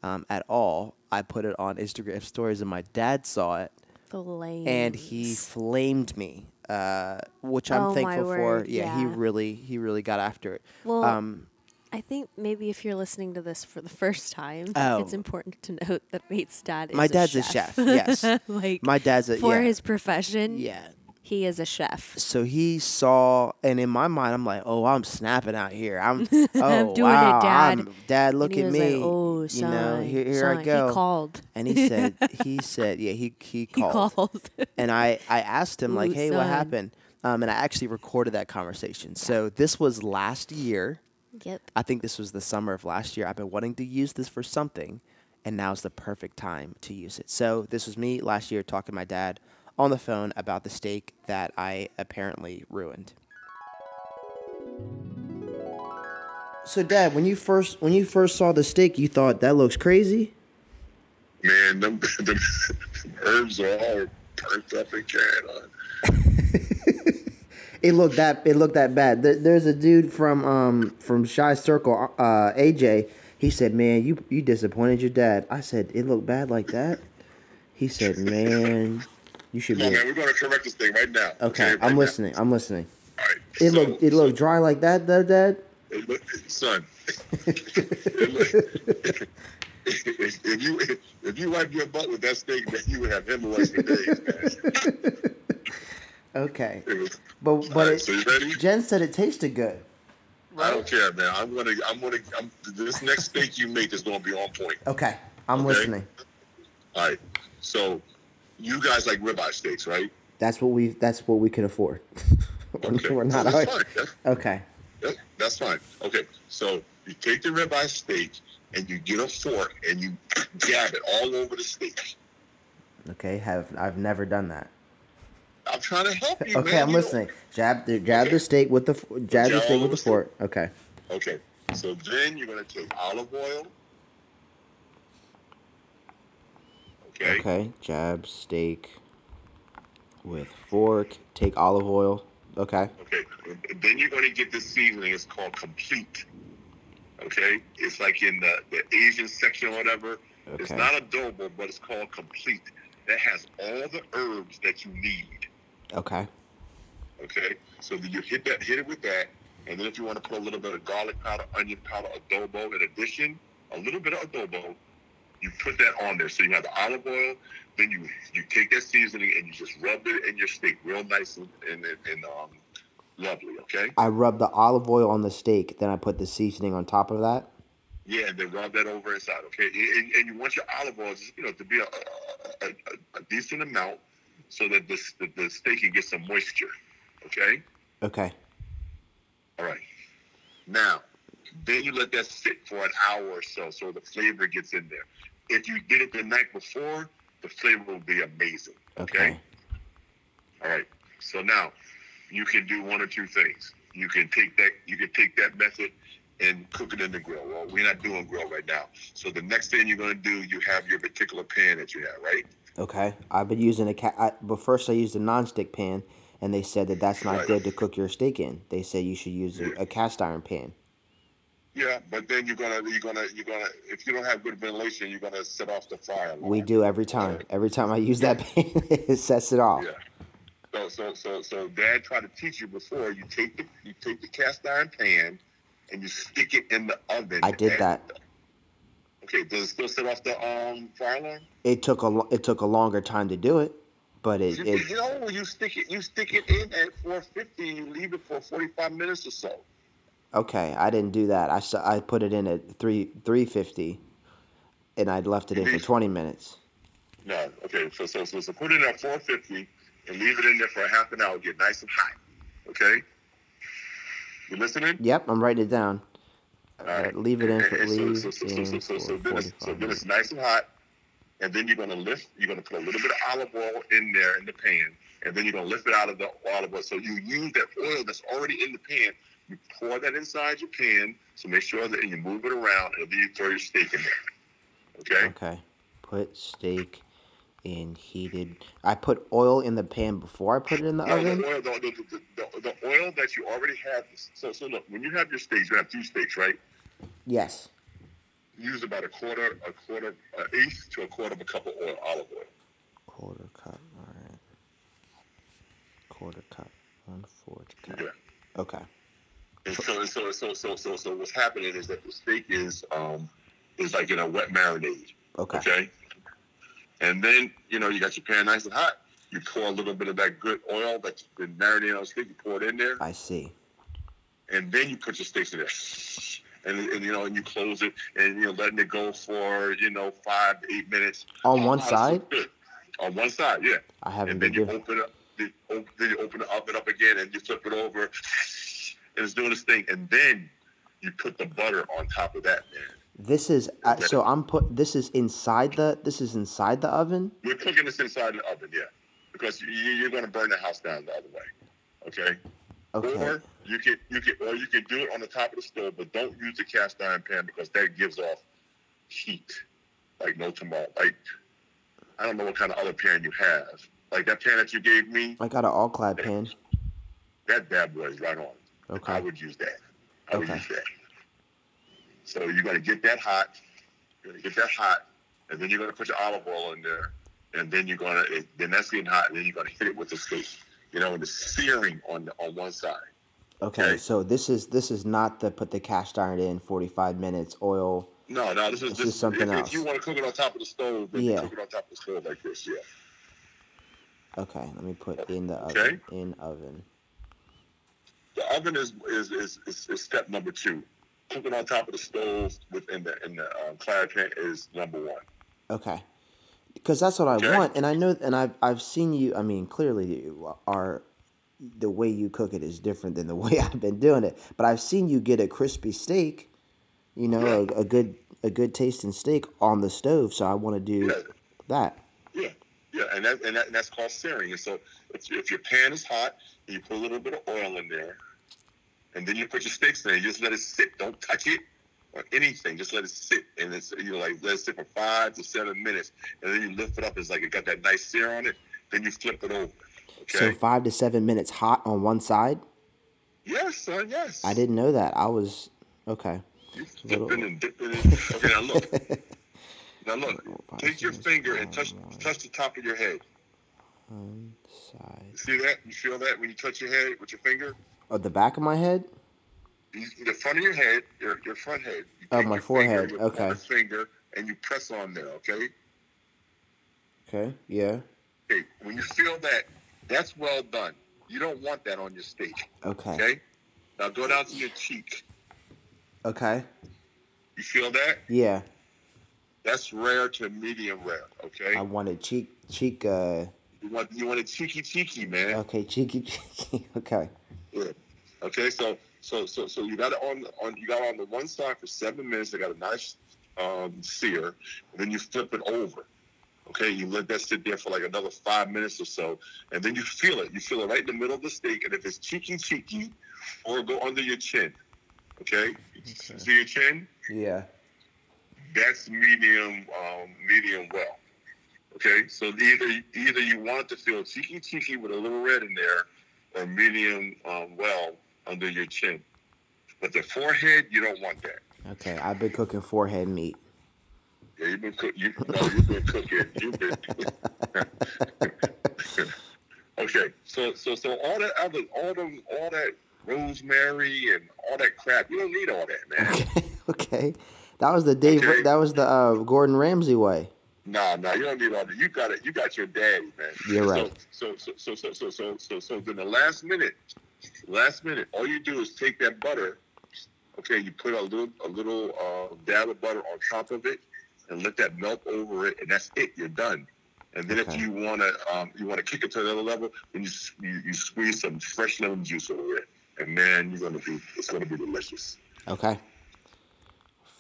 Speaker 3: um, at all. I put it on Instagram stories, and my dad saw it,
Speaker 7: Filet.
Speaker 3: and he flamed me, uh, which I'm
Speaker 7: Oh, my
Speaker 3: thankful for.
Speaker 7: word,
Speaker 3: Yeah, he
Speaker 7: yeah.
Speaker 3: really, he really got after it.
Speaker 7: Well,
Speaker 3: um,
Speaker 7: I think maybe if you're listening to this for the first time,
Speaker 3: Oh.
Speaker 7: it's important to note that Nate's dad is
Speaker 3: my
Speaker 7: a
Speaker 3: dad's a
Speaker 7: chef.
Speaker 3: chef. Yes,
Speaker 7: like
Speaker 3: my dad's a
Speaker 7: for
Speaker 3: yeah.
Speaker 7: his profession,
Speaker 3: yeah.
Speaker 7: he is a chef.
Speaker 3: so he saw, and in my mind, I'm like, oh, I'm snapping out here. I'm, oh,
Speaker 7: doing it,
Speaker 3: wow,
Speaker 7: Dad."
Speaker 3: I'm- Dad, look
Speaker 7: and he
Speaker 3: at
Speaker 7: was
Speaker 3: me.
Speaker 7: Like, oh, son,
Speaker 3: you know, here, here
Speaker 7: son.
Speaker 3: I go.
Speaker 7: He called.
Speaker 3: And he said, he said, yeah, he he
Speaker 7: He
Speaker 3: called.
Speaker 7: called.
Speaker 3: And I I asked him like,
Speaker 7: Ooh,
Speaker 3: hey, what
Speaker 7: son.
Speaker 3: happened? Um, and I actually recorded that conversation. So this was last year.
Speaker 4: Yep.
Speaker 3: I think this was the summer of last year. I've been wanting to use this for something, and now's the perfect time to use it. So this was me last year talking to my dad on the phone about the steak that I apparently ruined. So dad, when you first when you first saw the steak, you thought that looks crazy.
Speaker 8: Man, them, them herbs are all perked up and carried on.
Speaker 3: It looked that it looked that bad. There, there's a dude from um from Shy Circle, uh, AJ. He said, "Man, you you disappointed your dad." I said, "It looked bad like that." He said, "Man, you should
Speaker 8: Come on,
Speaker 3: be."
Speaker 8: man, we're going to correct this thing right now.
Speaker 3: Okay,
Speaker 8: right
Speaker 3: I'm
Speaker 8: now.
Speaker 3: listening. I'm listening.
Speaker 8: All right.
Speaker 3: It
Speaker 8: so,
Speaker 3: looked it looked dry like that, though, Dad.
Speaker 8: it look- son. it look- if, if you if, you wiped your butt with that steak, then you would have hemorrhoids for days. Man.
Speaker 3: Okay,
Speaker 8: It was,
Speaker 3: but
Speaker 8: all
Speaker 3: but
Speaker 8: right,
Speaker 3: it,
Speaker 8: so you ready?
Speaker 3: Jen said it tasted good.
Speaker 8: I don't care, man. I'm gonna I'm gonna I'm, this next steak you make is gonna be on point.
Speaker 3: Okay, I'm
Speaker 8: Okay.
Speaker 3: listening.
Speaker 8: All right. So you guys like ribeye steaks, right?
Speaker 3: That's what we that's what we could afford.
Speaker 8: Okay.
Speaker 3: We're not.
Speaker 8: That's fine. That's-
Speaker 3: Okay.
Speaker 8: That- That's fine. Okay, so you take the ribeye steak and you get a fork and you dab it all over the steak.
Speaker 3: Okay. Have I've never done that.
Speaker 8: I'm trying to help you.
Speaker 3: Okay,
Speaker 8: man.
Speaker 3: I'm
Speaker 8: You know-
Speaker 3: listening. Jab the jab the
Speaker 8: Okay.
Speaker 3: steak with the f- jab the
Speaker 8: Jab
Speaker 3: steak with the
Speaker 8: the steak.
Speaker 3: fork. Okay.
Speaker 8: Okay, so then you're gonna take olive oil. Okay.
Speaker 3: Okay. Jab steak with fork. Take olive oil. Okay.
Speaker 8: Okay. Then you're going to get this seasoning. It's called complete. Okay. It's like in the, the Asian section or whatever. It's
Speaker 3: Okay.
Speaker 8: not adobo, but it's called complete. That has all the herbs that you need.
Speaker 3: Okay.
Speaker 8: Okay. So then you hit that, hit it with that, and then if you want to put a little bit of garlic powder, onion powder, adobo in addition, a little bit of adobo, you put that on there. So you have the olive oil. Then you you take that seasoning and you just rub it in your steak, real nice and and, and um, lovely. Okay.
Speaker 3: I rub the olive oil on the steak, then I put the seasoning on top of that.
Speaker 8: Yeah, and then rub that over inside, okay? And, and you want your olive oil, just, you know, to be a, a, a, a decent amount so that the, the, the steak can get some moisture, okay?
Speaker 3: Okay.
Speaker 8: All right. Now, then you let that sit for an hour or so so the flavor gets in there. If you did it the night before, the flavor will be amazing, okay. All right. So now you can do one or two things. You can take that you can take that method and cook it in the grill. Well, we're not doing grill right now. So the next thing you're gonna do, you have your particular pan that you have, right?
Speaker 3: Okay. I've been using a cat, I, but first I used a nonstick pan, and they said that that's not
Speaker 8: Right.
Speaker 3: good to cook your steak in. They said you should use a, a cast iron pan.
Speaker 8: Yeah, but then you're gonna you're gonna you're gonna if you don't have good ventilation, you're gonna set off the fire. alarm.
Speaker 3: We do every time. Every time I use that pan, it sets it off.
Speaker 8: Yeah. So so so so dad tried to teach you before you take the you take the cast iron pan and you stick it in the oven.
Speaker 3: I did
Speaker 8: And-
Speaker 3: that.
Speaker 8: Okay, does it still set off the um fire alarm?
Speaker 3: It took a lo- it took a longer time to do it, but it,
Speaker 8: You,
Speaker 3: it
Speaker 8: you know, you stick it, you stick it in at 450, and you leave it for 45 minutes or so.
Speaker 3: Okay, I didn't do that. I, s- I put it in at three three fifty, and I left it in for
Speaker 8: Mhm.
Speaker 3: twenty minutes.
Speaker 8: No, okay, so so so, so put it in at 450 and leave it in there for a half an hour, get nice and hot. Okay, you listening?
Speaker 3: Yep, I'm writing it down.
Speaker 8: All right.
Speaker 3: Uh, leave it in for
Speaker 8: And so,
Speaker 3: leave
Speaker 8: so, so, so, so,
Speaker 3: in
Speaker 8: so,
Speaker 3: for
Speaker 8: so, then it's, so
Speaker 3: forty-five
Speaker 8: then
Speaker 3: minutes.
Speaker 8: it's nice and hot, and then you're gonna lift. You're gonna put a little bit of olive oil in there in the pan, and then you're gonna lift it out of the olive oil. So you use that oil that's already in the pan. You pour that inside your pan. So make sure that and you move it around, and then you throw your steak in there. Okay.
Speaker 3: Okay, put steak in heated. I put oil in the pan before I put it in the
Speaker 8: No,
Speaker 3: oven.
Speaker 8: the oil, the, the, the, the, the oil that you already have. So, so look, when you have your steaks, you have two steaks, right?
Speaker 3: Yes.
Speaker 8: Use about a quarter, a quarter, an eighth to a quarter of a cup of oil, olive oil.
Speaker 3: Quarter cup. All right. Quarter cup. One fourth cup.
Speaker 8: Yeah.
Speaker 3: Okay.
Speaker 8: And so, so, so, so, so, so, what's happening is that the steak is um is like in a wet marinade,
Speaker 3: Okay.
Speaker 8: okay? And then you know you got your pan nice and hot. You pour a little bit of that good oil that you've been marinating on the steak. You pour it in there,
Speaker 3: I see.
Speaker 8: and then you put your steaks in there, and, and you know, and you close it, and you know, letting it go for you know five to eight minutes
Speaker 3: On one
Speaker 8: Honestly,
Speaker 3: side,
Speaker 8: good. On one side, yeah.
Speaker 3: I haven't
Speaker 8: And then
Speaker 3: been
Speaker 8: you
Speaker 3: doing.
Speaker 8: open up, then op- then you open it up and up again, and you flip it over, and it's doing its thing. And then you put the butter on top of that, man.
Speaker 3: This is uh, so I'm put. This is inside the. This is inside the oven.
Speaker 8: We're cooking this inside the oven, yeah, because you, you're going to burn the house down the other way. Okay.
Speaker 3: Okay.
Speaker 8: Or you can you can or you can do it on the top of the stove, but don't use the cast iron pan because that gives off heat like no tomorrow. Like I don't know what kind of other pan you have. Like that pan that you gave me,
Speaker 3: I got an all clad pan.
Speaker 8: that bad boy is right on.
Speaker 3: Okay.
Speaker 8: I would use that. I would
Speaker 3: Okay.
Speaker 8: use that. So you're gonna get that hot. You're gonna get that hot, and then you're gonna put your olive oil in there, and then you're gonna it, then that's getting hot, and then you're gonna hit it with the steak. You know, and the searing on the, on one side.
Speaker 3: Okay.
Speaker 8: Okay.
Speaker 3: So this is this is not the put the cast iron in 45 minutes oil.
Speaker 8: No, no, this is
Speaker 3: This
Speaker 8: this,
Speaker 3: is something
Speaker 8: if,
Speaker 3: else.
Speaker 8: If you want to cook it on top of the stove, then
Speaker 3: Yeah.
Speaker 8: you cook it on top of the stove like this. Yeah.
Speaker 3: Okay. Let me put in the
Speaker 8: Okay.
Speaker 3: oven. In oven.
Speaker 8: The oven is is, is, is is step number two. Cooking on top of the stove within the in the um, clad pan is number one.
Speaker 3: Okay. Because that's what I
Speaker 8: Okay.
Speaker 3: want, and I know, and I've I've seen you. I mean, clearly, you are the way you cook it is different than the way I've been doing it. But I've seen you get a crispy steak, you know, a, a good a good tasting steak on the stove. So I want to do
Speaker 8: Yeah.
Speaker 3: that.
Speaker 8: Yeah, yeah, and that, and, that, and that's called searing. And so if, if your pan is hot, you put a little bit of oil in there, and then you put your steaks in there. You just let it sit. Don't touch it or anything. Just let it sit, and it's you know like let it sit for five to seven minutes, and then you lift it up. It's like it got that nice sear on it. Then you flip it over.
Speaker 3: So
Speaker 8: Okay.
Speaker 3: five to seven minutes hot on one side.
Speaker 8: Yes, son. Yes.
Speaker 3: I didn't know that. I was okay.
Speaker 8: dipping
Speaker 3: Little-
Speaker 8: and dipping. And, okay, now look. now
Speaker 3: Five
Speaker 8: look. Take your
Speaker 3: seconds.
Speaker 8: finger and touch touch the top of your head.
Speaker 3: Side
Speaker 8: You see that? You feel that when you touch your head with your finger?
Speaker 3: of the back of my head.
Speaker 8: You, the front of your head, your, your front head. You
Speaker 3: Oh,
Speaker 8: take
Speaker 3: my
Speaker 8: your
Speaker 3: forehead,
Speaker 8: Finger, your
Speaker 3: okay.
Speaker 8: fourth Finger and you press on there. Okay.
Speaker 3: Okay. Yeah.
Speaker 8: Okay. When you feel that, that's well done. You don't want that on your steak.
Speaker 3: Okay.
Speaker 8: Okay. Now go down to your cheek.
Speaker 3: Okay.
Speaker 8: You feel that?
Speaker 3: Yeah.
Speaker 8: That's rare to medium rare. Okay.
Speaker 3: I wanted cheek cheek. Uh.
Speaker 8: You want you want it cheeky cheeky, man.
Speaker 3: Okay. Cheeky cheeky. Okay.
Speaker 8: Yeah. Okay, so so so so you got it on on you got it on the one side for seven minutes. They got a nice um, sear, and then you flip it over. Okay, you let that sit there for like another five minutes or so, and then you feel it. You feel it right in the middle of the steak, and if it's cheeky cheeky, or go under your chin. Okay, see your chin?
Speaker 3: Yeah.
Speaker 8: That's medium um, medium well. Okay, so either either you want it to feel cheeky cheeky with a little red in there, or medium um, well under your chin. But the forehead, you don't want that.
Speaker 3: Okay. I've been cooking forehead meat.
Speaker 8: Yeah, you've been cook. You, no, you've been cooking. You've been. okay, so so so all that other all them all that rosemary and all that crap. You don't need all that, man.
Speaker 3: okay. That was the Dave.
Speaker 8: Okay.
Speaker 3: That was the uh, Gordon Ramsay way.
Speaker 8: No, no, you don't need all that. You got it. You got your daddy, man.
Speaker 3: You're right.
Speaker 8: So, so, so, so, so, so, so, so, then the last minute, last minute, all you do is take that butter. Okay, you put a little, a little uh, dab of butter on top of it, and let that melt over it, and that's it. You're done. And then
Speaker 3: Okay.
Speaker 8: if you wanna, um, you wanna kick it to another level, then you, s- you you squeeze some fresh lemon juice over it, and man, you're gonna be, it's gonna be delicious.
Speaker 3: Okay.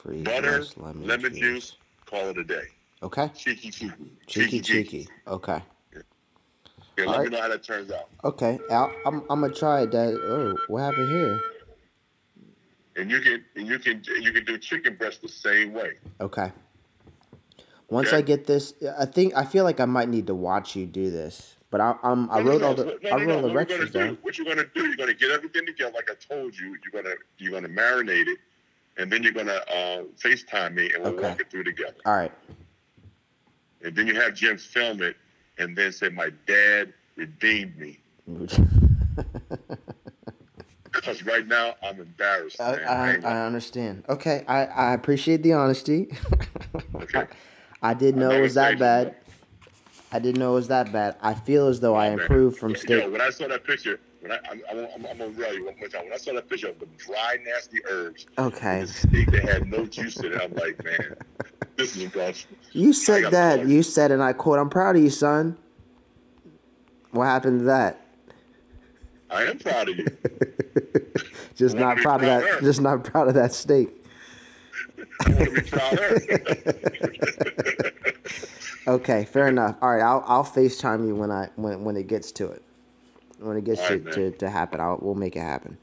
Speaker 3: Free
Speaker 8: Butter,
Speaker 3: roast
Speaker 8: lemon, juice. call it a day.
Speaker 3: Okay.
Speaker 8: Cheeky, cheeky,
Speaker 3: Cheeky, cheeky. Okay.
Speaker 8: Yeah,
Speaker 3: All
Speaker 8: let
Speaker 3: right.
Speaker 8: me know how that turns out.
Speaker 3: Okay. Al, I'm, I'm gonna try it. Dad. Oh, what happened here?
Speaker 8: and you can and you can you can do chicken breast the same way.
Speaker 3: Okay. Once
Speaker 8: Okay.
Speaker 3: I get this, I think I feel like I might need to watch you do this. But I, I'm I wrote all the I wrote all the
Speaker 8: What you're
Speaker 3: recipes
Speaker 8: gonna
Speaker 3: down.
Speaker 8: do? What you're gonna do? You're gonna get everything together, like I told you. You're gonna you're gonna marinate it, and then you're gonna uh, FaceTime me, and we'll
Speaker 3: Okay. Uh,
Speaker 8: walk it through together.
Speaker 3: All right.
Speaker 8: And then you have Jim film it, and then say, "My dad redeemed me," because right now I'm embarrassed.
Speaker 3: I,
Speaker 8: man. I
Speaker 3: I,
Speaker 8: ain't
Speaker 3: I
Speaker 8: gonna-
Speaker 3: understand. Okay, I, I appreciate the honesty.
Speaker 8: Okay.
Speaker 3: I didn't know it was that bad. I didn't know it was that bad. I feel as though I
Speaker 8: man.
Speaker 3: improved from
Speaker 8: Yo,
Speaker 3: steak.
Speaker 8: when I saw that picture, when I I'm, I'm, I'm, I'm gonna tell you one more time. When I saw that picture of the dry, nasty herbs,
Speaker 3: Okay.
Speaker 8: this steak that had no juice in it. I'm like, man, this is rough.
Speaker 3: You
Speaker 8: I
Speaker 3: said
Speaker 8: got
Speaker 3: that.
Speaker 8: bored.
Speaker 3: You said, and I quote, I'm proud of you, son. What happened to that?
Speaker 8: I am proud of you.
Speaker 3: Just
Speaker 8: Well,
Speaker 3: not
Speaker 8: we
Speaker 3: proud of
Speaker 8: tried
Speaker 3: that.
Speaker 8: her.
Speaker 3: Just not proud of that steak.
Speaker 8: I want to be prouder.
Speaker 3: Okay, fair enough. All right, I'll I'll FaceTime you when I when when it gets to it. When it gets
Speaker 8: All
Speaker 3: to,
Speaker 8: right, man.
Speaker 3: to to happen, I'll we'll make it happen.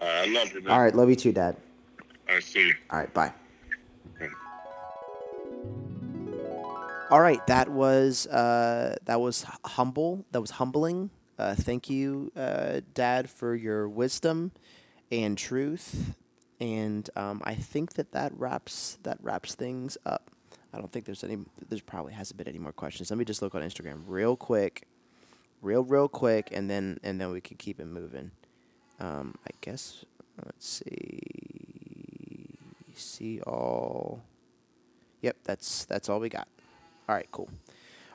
Speaker 8: Uh, I love you, man.
Speaker 3: All right, love you too, Dad.
Speaker 8: I see you.
Speaker 3: All right, bye. All right, that was uh, that was h- humble. That was humbling. Uh, thank you, uh, Dad, for your wisdom and truth. And um, I think that that wraps that wraps things up. I don't think there's any. There's probably hasn't been any more questions. Let me just look on Instagram real quick, real real quick, and then and then we can keep it moving. Um, I guess let's see. See all. Yep, that's that's all we got. All right, cool.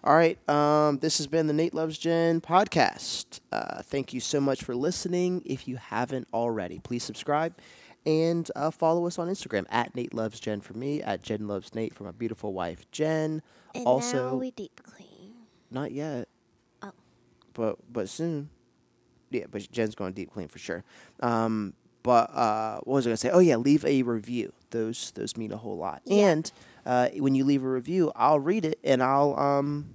Speaker 3: All right, um, this has been the Nate Loves Jen podcast. Uh, thank you so much for listening. If you haven't already, please subscribe and uh, follow us on Instagram at Nate Loves Jen for me, at Jen Loves Nate for my beautiful wife Jen.
Speaker 4: And
Speaker 3: also,
Speaker 4: now we deep clean.
Speaker 3: not yet. But but soon. Yeah, but Jen's going deep clean for sure. Um, but uh, what was I gonna say? Oh yeah, leave a review. Those those mean a whole lot. And uh, when you leave a review, I'll read it and I'll um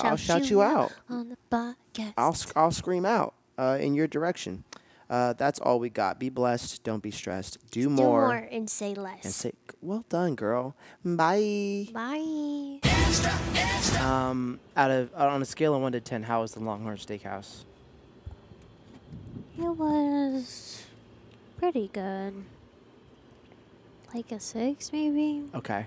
Speaker 3: I'll shout you out.
Speaker 4: on the podcast.
Speaker 3: I'll sc- I'll scream out uh, in your direction. Uh, that's all we got. Be blessed. Don't be stressed. Do,
Speaker 4: do more
Speaker 3: more.
Speaker 4: and say less.
Speaker 3: And say, well done, girl. Bye.
Speaker 4: Bye.
Speaker 3: Um, out of on a scale of one to ten, how was the Longhorn Steakhouse?
Speaker 4: It was pretty good. Like a six, maybe.
Speaker 3: Okay.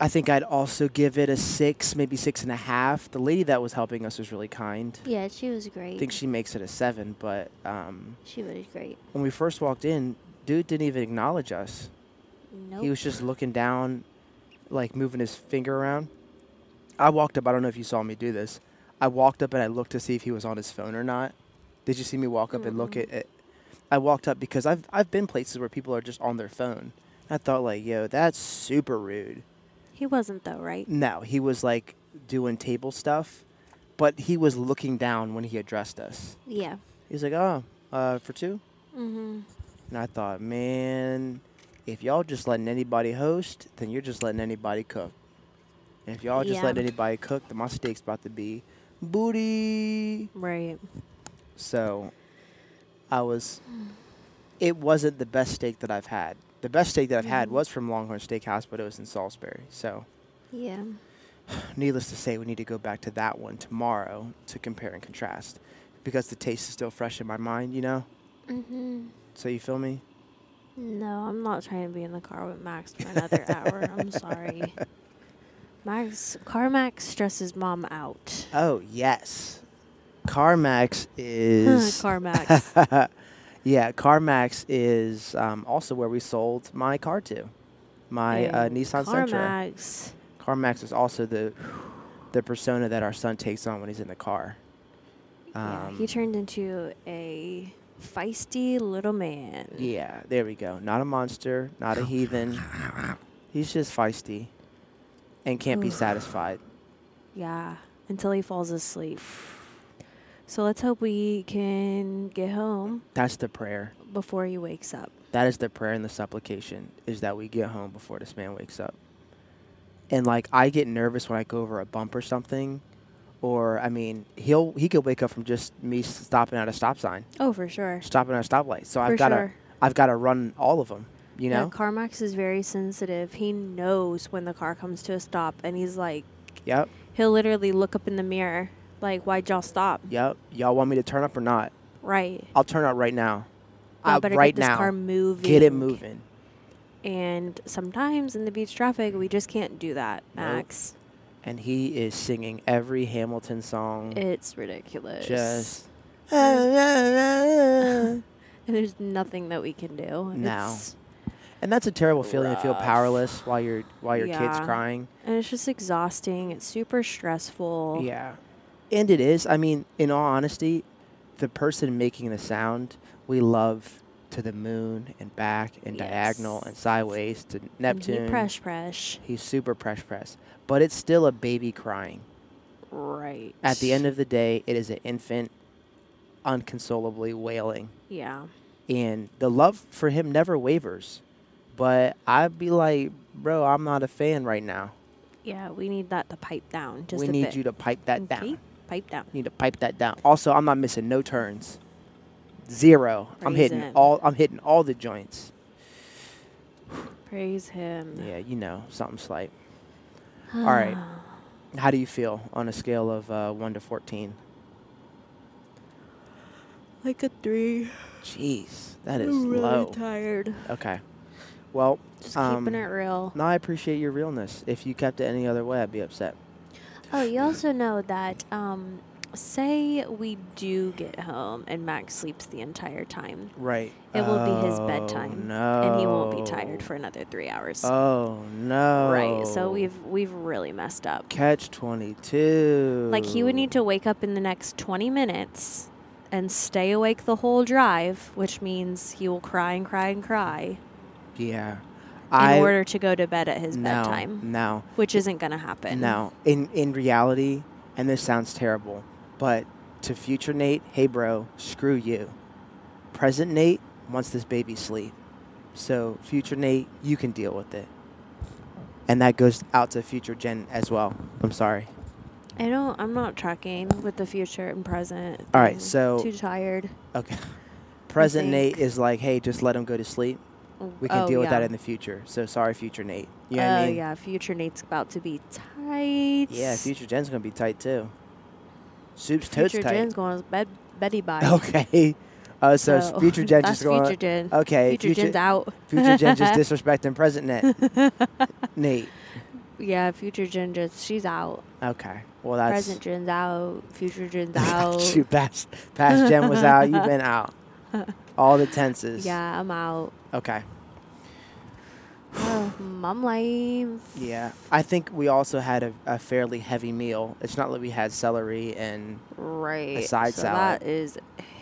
Speaker 3: I think I'd also give it a six, maybe six and a half. The lady that was helping us was really kind.
Speaker 4: Yeah, she was
Speaker 3: I
Speaker 4: great.
Speaker 3: think she makes it a seven, but um,
Speaker 4: she was great.
Speaker 3: when we first walked in, dude didn't even acknowledge us.
Speaker 4: Nope.
Speaker 3: He was just looking down, like moving his finger around. I walked up. I don't know if you saw me do this. I walked up and I looked to see if he was on his phone or not. Did you see me walk up and look at it? I walked up because I've I've been places where people are just on their phone. I thought like, yo, that's super rude.
Speaker 4: he wasn't though, right?
Speaker 3: No, he was like doing table stuff, but he was looking down when he addressed us.
Speaker 4: Yeah.
Speaker 3: He's like, oh, uh, for 2 Mm-hmm. And I thought, man, if y'all just letting anybody host, then you're just letting anybody cook. And if y'all just
Speaker 4: Yeah.
Speaker 3: let anybody cook, then my steak's about to be booty.
Speaker 7: Right.
Speaker 3: So I was, it wasn't the best steak that I've had. The best steak that I've had was from Longhorn Steakhouse, but it was in Salisbury. So
Speaker 4: Yeah.
Speaker 3: needless to say, we need to go back to that one tomorrow to compare and contrast because the taste is still fresh in my mind, you know?
Speaker 4: hmm
Speaker 3: So you feel me?
Speaker 4: No, I'm not trying to be in the car with Max for another hour. I'm sorry. Max, CarMax stresses mom out.
Speaker 3: Oh yes, CarMax is
Speaker 4: CarMax.
Speaker 3: yeah, CarMax is um, also where we sold my car to, my uh,
Speaker 4: And
Speaker 3: Nissan Sentra.
Speaker 4: CarMax.
Speaker 3: CarMax is also the the persona that our son takes on when he's in the car.
Speaker 4: yeah,
Speaker 3: Um,
Speaker 4: he turned into a feisty little man.
Speaker 3: Yeah, there we go. Not a monster, not a heathen. He's just feisty, and can't be satisfied.
Speaker 4: Yeah, until he falls asleep. So let's hope we can get home
Speaker 3: That's the prayer.
Speaker 4: before he wakes up.
Speaker 3: That is the prayer and the supplication is that we get home before this man wakes up. And like I get nervous when I go over a bump or something, or I mean he'll he could wake up from just me s- stopping at a stop sign,
Speaker 4: Oh, for sure.
Speaker 3: stopping at a stoplight. So
Speaker 4: For
Speaker 3: I've got to
Speaker 4: sure.
Speaker 3: I've got to run all of them. You
Speaker 4: Yeah,
Speaker 3: know.
Speaker 4: CarMax is very sensitive. He knows when the car comes to a stop, and he's like,
Speaker 3: Yep.
Speaker 4: he'll literally look up in the mirror, like, why'd y'all stop?
Speaker 3: Yep. Y'all want me to turn up or not?
Speaker 4: Right.
Speaker 3: I'll turn up right now.
Speaker 4: Y'all
Speaker 3: Uh,
Speaker 4: Oh, better
Speaker 3: right
Speaker 4: get this
Speaker 3: now.
Speaker 4: car moving.
Speaker 3: Get it moving.
Speaker 4: And sometimes in the beach traffic, we just can't do that, Max.
Speaker 3: And he is singing every Hamilton song.
Speaker 4: It's ridiculous.
Speaker 3: just
Speaker 4: And there's nothing that we can do.
Speaker 3: No.
Speaker 4: It's,
Speaker 3: And that's a terrible feeling to feel powerless while your while your kid's
Speaker 4: Yeah.
Speaker 3: crying.
Speaker 4: and it's just exhausting. It's super stressful.
Speaker 3: Yeah. And it is. I mean, in all honesty, the person making the sound we love to the moon and back and diagonal
Speaker 4: Yes.
Speaker 3: and sideways to
Speaker 4: And he
Speaker 3: Neptune.
Speaker 4: Presh presh.
Speaker 3: He's super press press. But it's still a baby crying.
Speaker 4: Right.
Speaker 3: At the end of the day, it is an infant unconsolably wailing.
Speaker 4: Yeah.
Speaker 3: and the love for him never wavers. But I'd be like, bro, I'm not a fan right now.
Speaker 4: Yeah, we need that to pipe down just
Speaker 3: we
Speaker 4: a
Speaker 3: need
Speaker 4: bit.
Speaker 3: you to pipe that
Speaker 4: Okay,
Speaker 3: down.
Speaker 4: Pipe down.
Speaker 3: Need to pipe that down. Also, I'm not missing no turns. Zero. I'm hitting
Speaker 4: Praise him.
Speaker 3: all. I'm hitting all the joints.
Speaker 4: Praise him.
Speaker 3: Yeah, you know, something slight. all right. How do you feel on a scale of uh, one to fourteen?
Speaker 7: Like a three.
Speaker 3: Jeez, that is
Speaker 7: I'm really
Speaker 3: low.
Speaker 7: tired.
Speaker 3: Okay. Well,
Speaker 4: Just
Speaker 3: um,
Speaker 4: keeping it real.
Speaker 3: no, I appreciate your realness. If you kept it any other way, I'd be upset.
Speaker 4: Oh, you also know that um, say we do get home and Max sleeps the entire time.
Speaker 3: Right.
Speaker 4: It will be his
Speaker 3: Oh,
Speaker 4: bedtime.
Speaker 3: No.
Speaker 4: And he won't be tired for another three hours.
Speaker 3: Oh no.
Speaker 4: Right.
Speaker 3: Oh.
Speaker 4: So we've we've really messed up.
Speaker 3: catch twenty two.
Speaker 4: Like he would need to wake up in the next 20 minutes and stay awake the whole drive, which means he will cry and cry and cry
Speaker 3: Yeah.
Speaker 4: in
Speaker 3: I
Speaker 4: order to go to bed at his
Speaker 3: no,
Speaker 4: bedtime,
Speaker 3: No.
Speaker 4: which isn't going to happen.
Speaker 3: No. In in reality, and this sounds terrible, but to future Nate, hey bro, screw you. Present Nate wants this baby sleep. So future Nate, you can deal with it. And that goes out to future Jen as well. I'm sorry.
Speaker 4: I don't I'm not tracking with the future and present.
Speaker 3: All right,
Speaker 4: thing.
Speaker 3: so-
Speaker 4: too tired.
Speaker 3: Okay. Present
Speaker 4: think-
Speaker 3: Nate is like, hey, just let him go to sleep. We can
Speaker 4: Oh,
Speaker 3: deal with
Speaker 4: yeah.
Speaker 3: that in the future. So sorry, future Nate.
Speaker 4: Oh
Speaker 3: You know what I mean?
Speaker 4: yeah, future Nate's about to be tight.
Speaker 3: Yeah, future Jen's gonna be tight too. Soup's toast
Speaker 4: Future
Speaker 3: tight.
Speaker 4: Jen's going to bed Betty by.
Speaker 3: okay. Uh, so,
Speaker 4: So,
Speaker 3: future Jen
Speaker 4: that's
Speaker 3: just going.
Speaker 4: future Jen.
Speaker 3: Okay,
Speaker 4: future, Jen's out.
Speaker 3: future Jen just disrespecting present Nate. Nate.
Speaker 4: yeah, future Jen just she's out.
Speaker 3: Okay. Well, that's
Speaker 4: Present Jen's out. Future Jen's out.
Speaker 3: Shoot, past past Jen was out. You've been out. All the tenses.
Speaker 4: yeah, I'm out.
Speaker 3: Okay.
Speaker 4: Oh, Mom life.
Speaker 3: Yeah. I think we also had a, a fairly heavy meal. It's not like we had celery and
Speaker 4: Right.
Speaker 3: side
Speaker 4: so
Speaker 3: salad.
Speaker 4: That is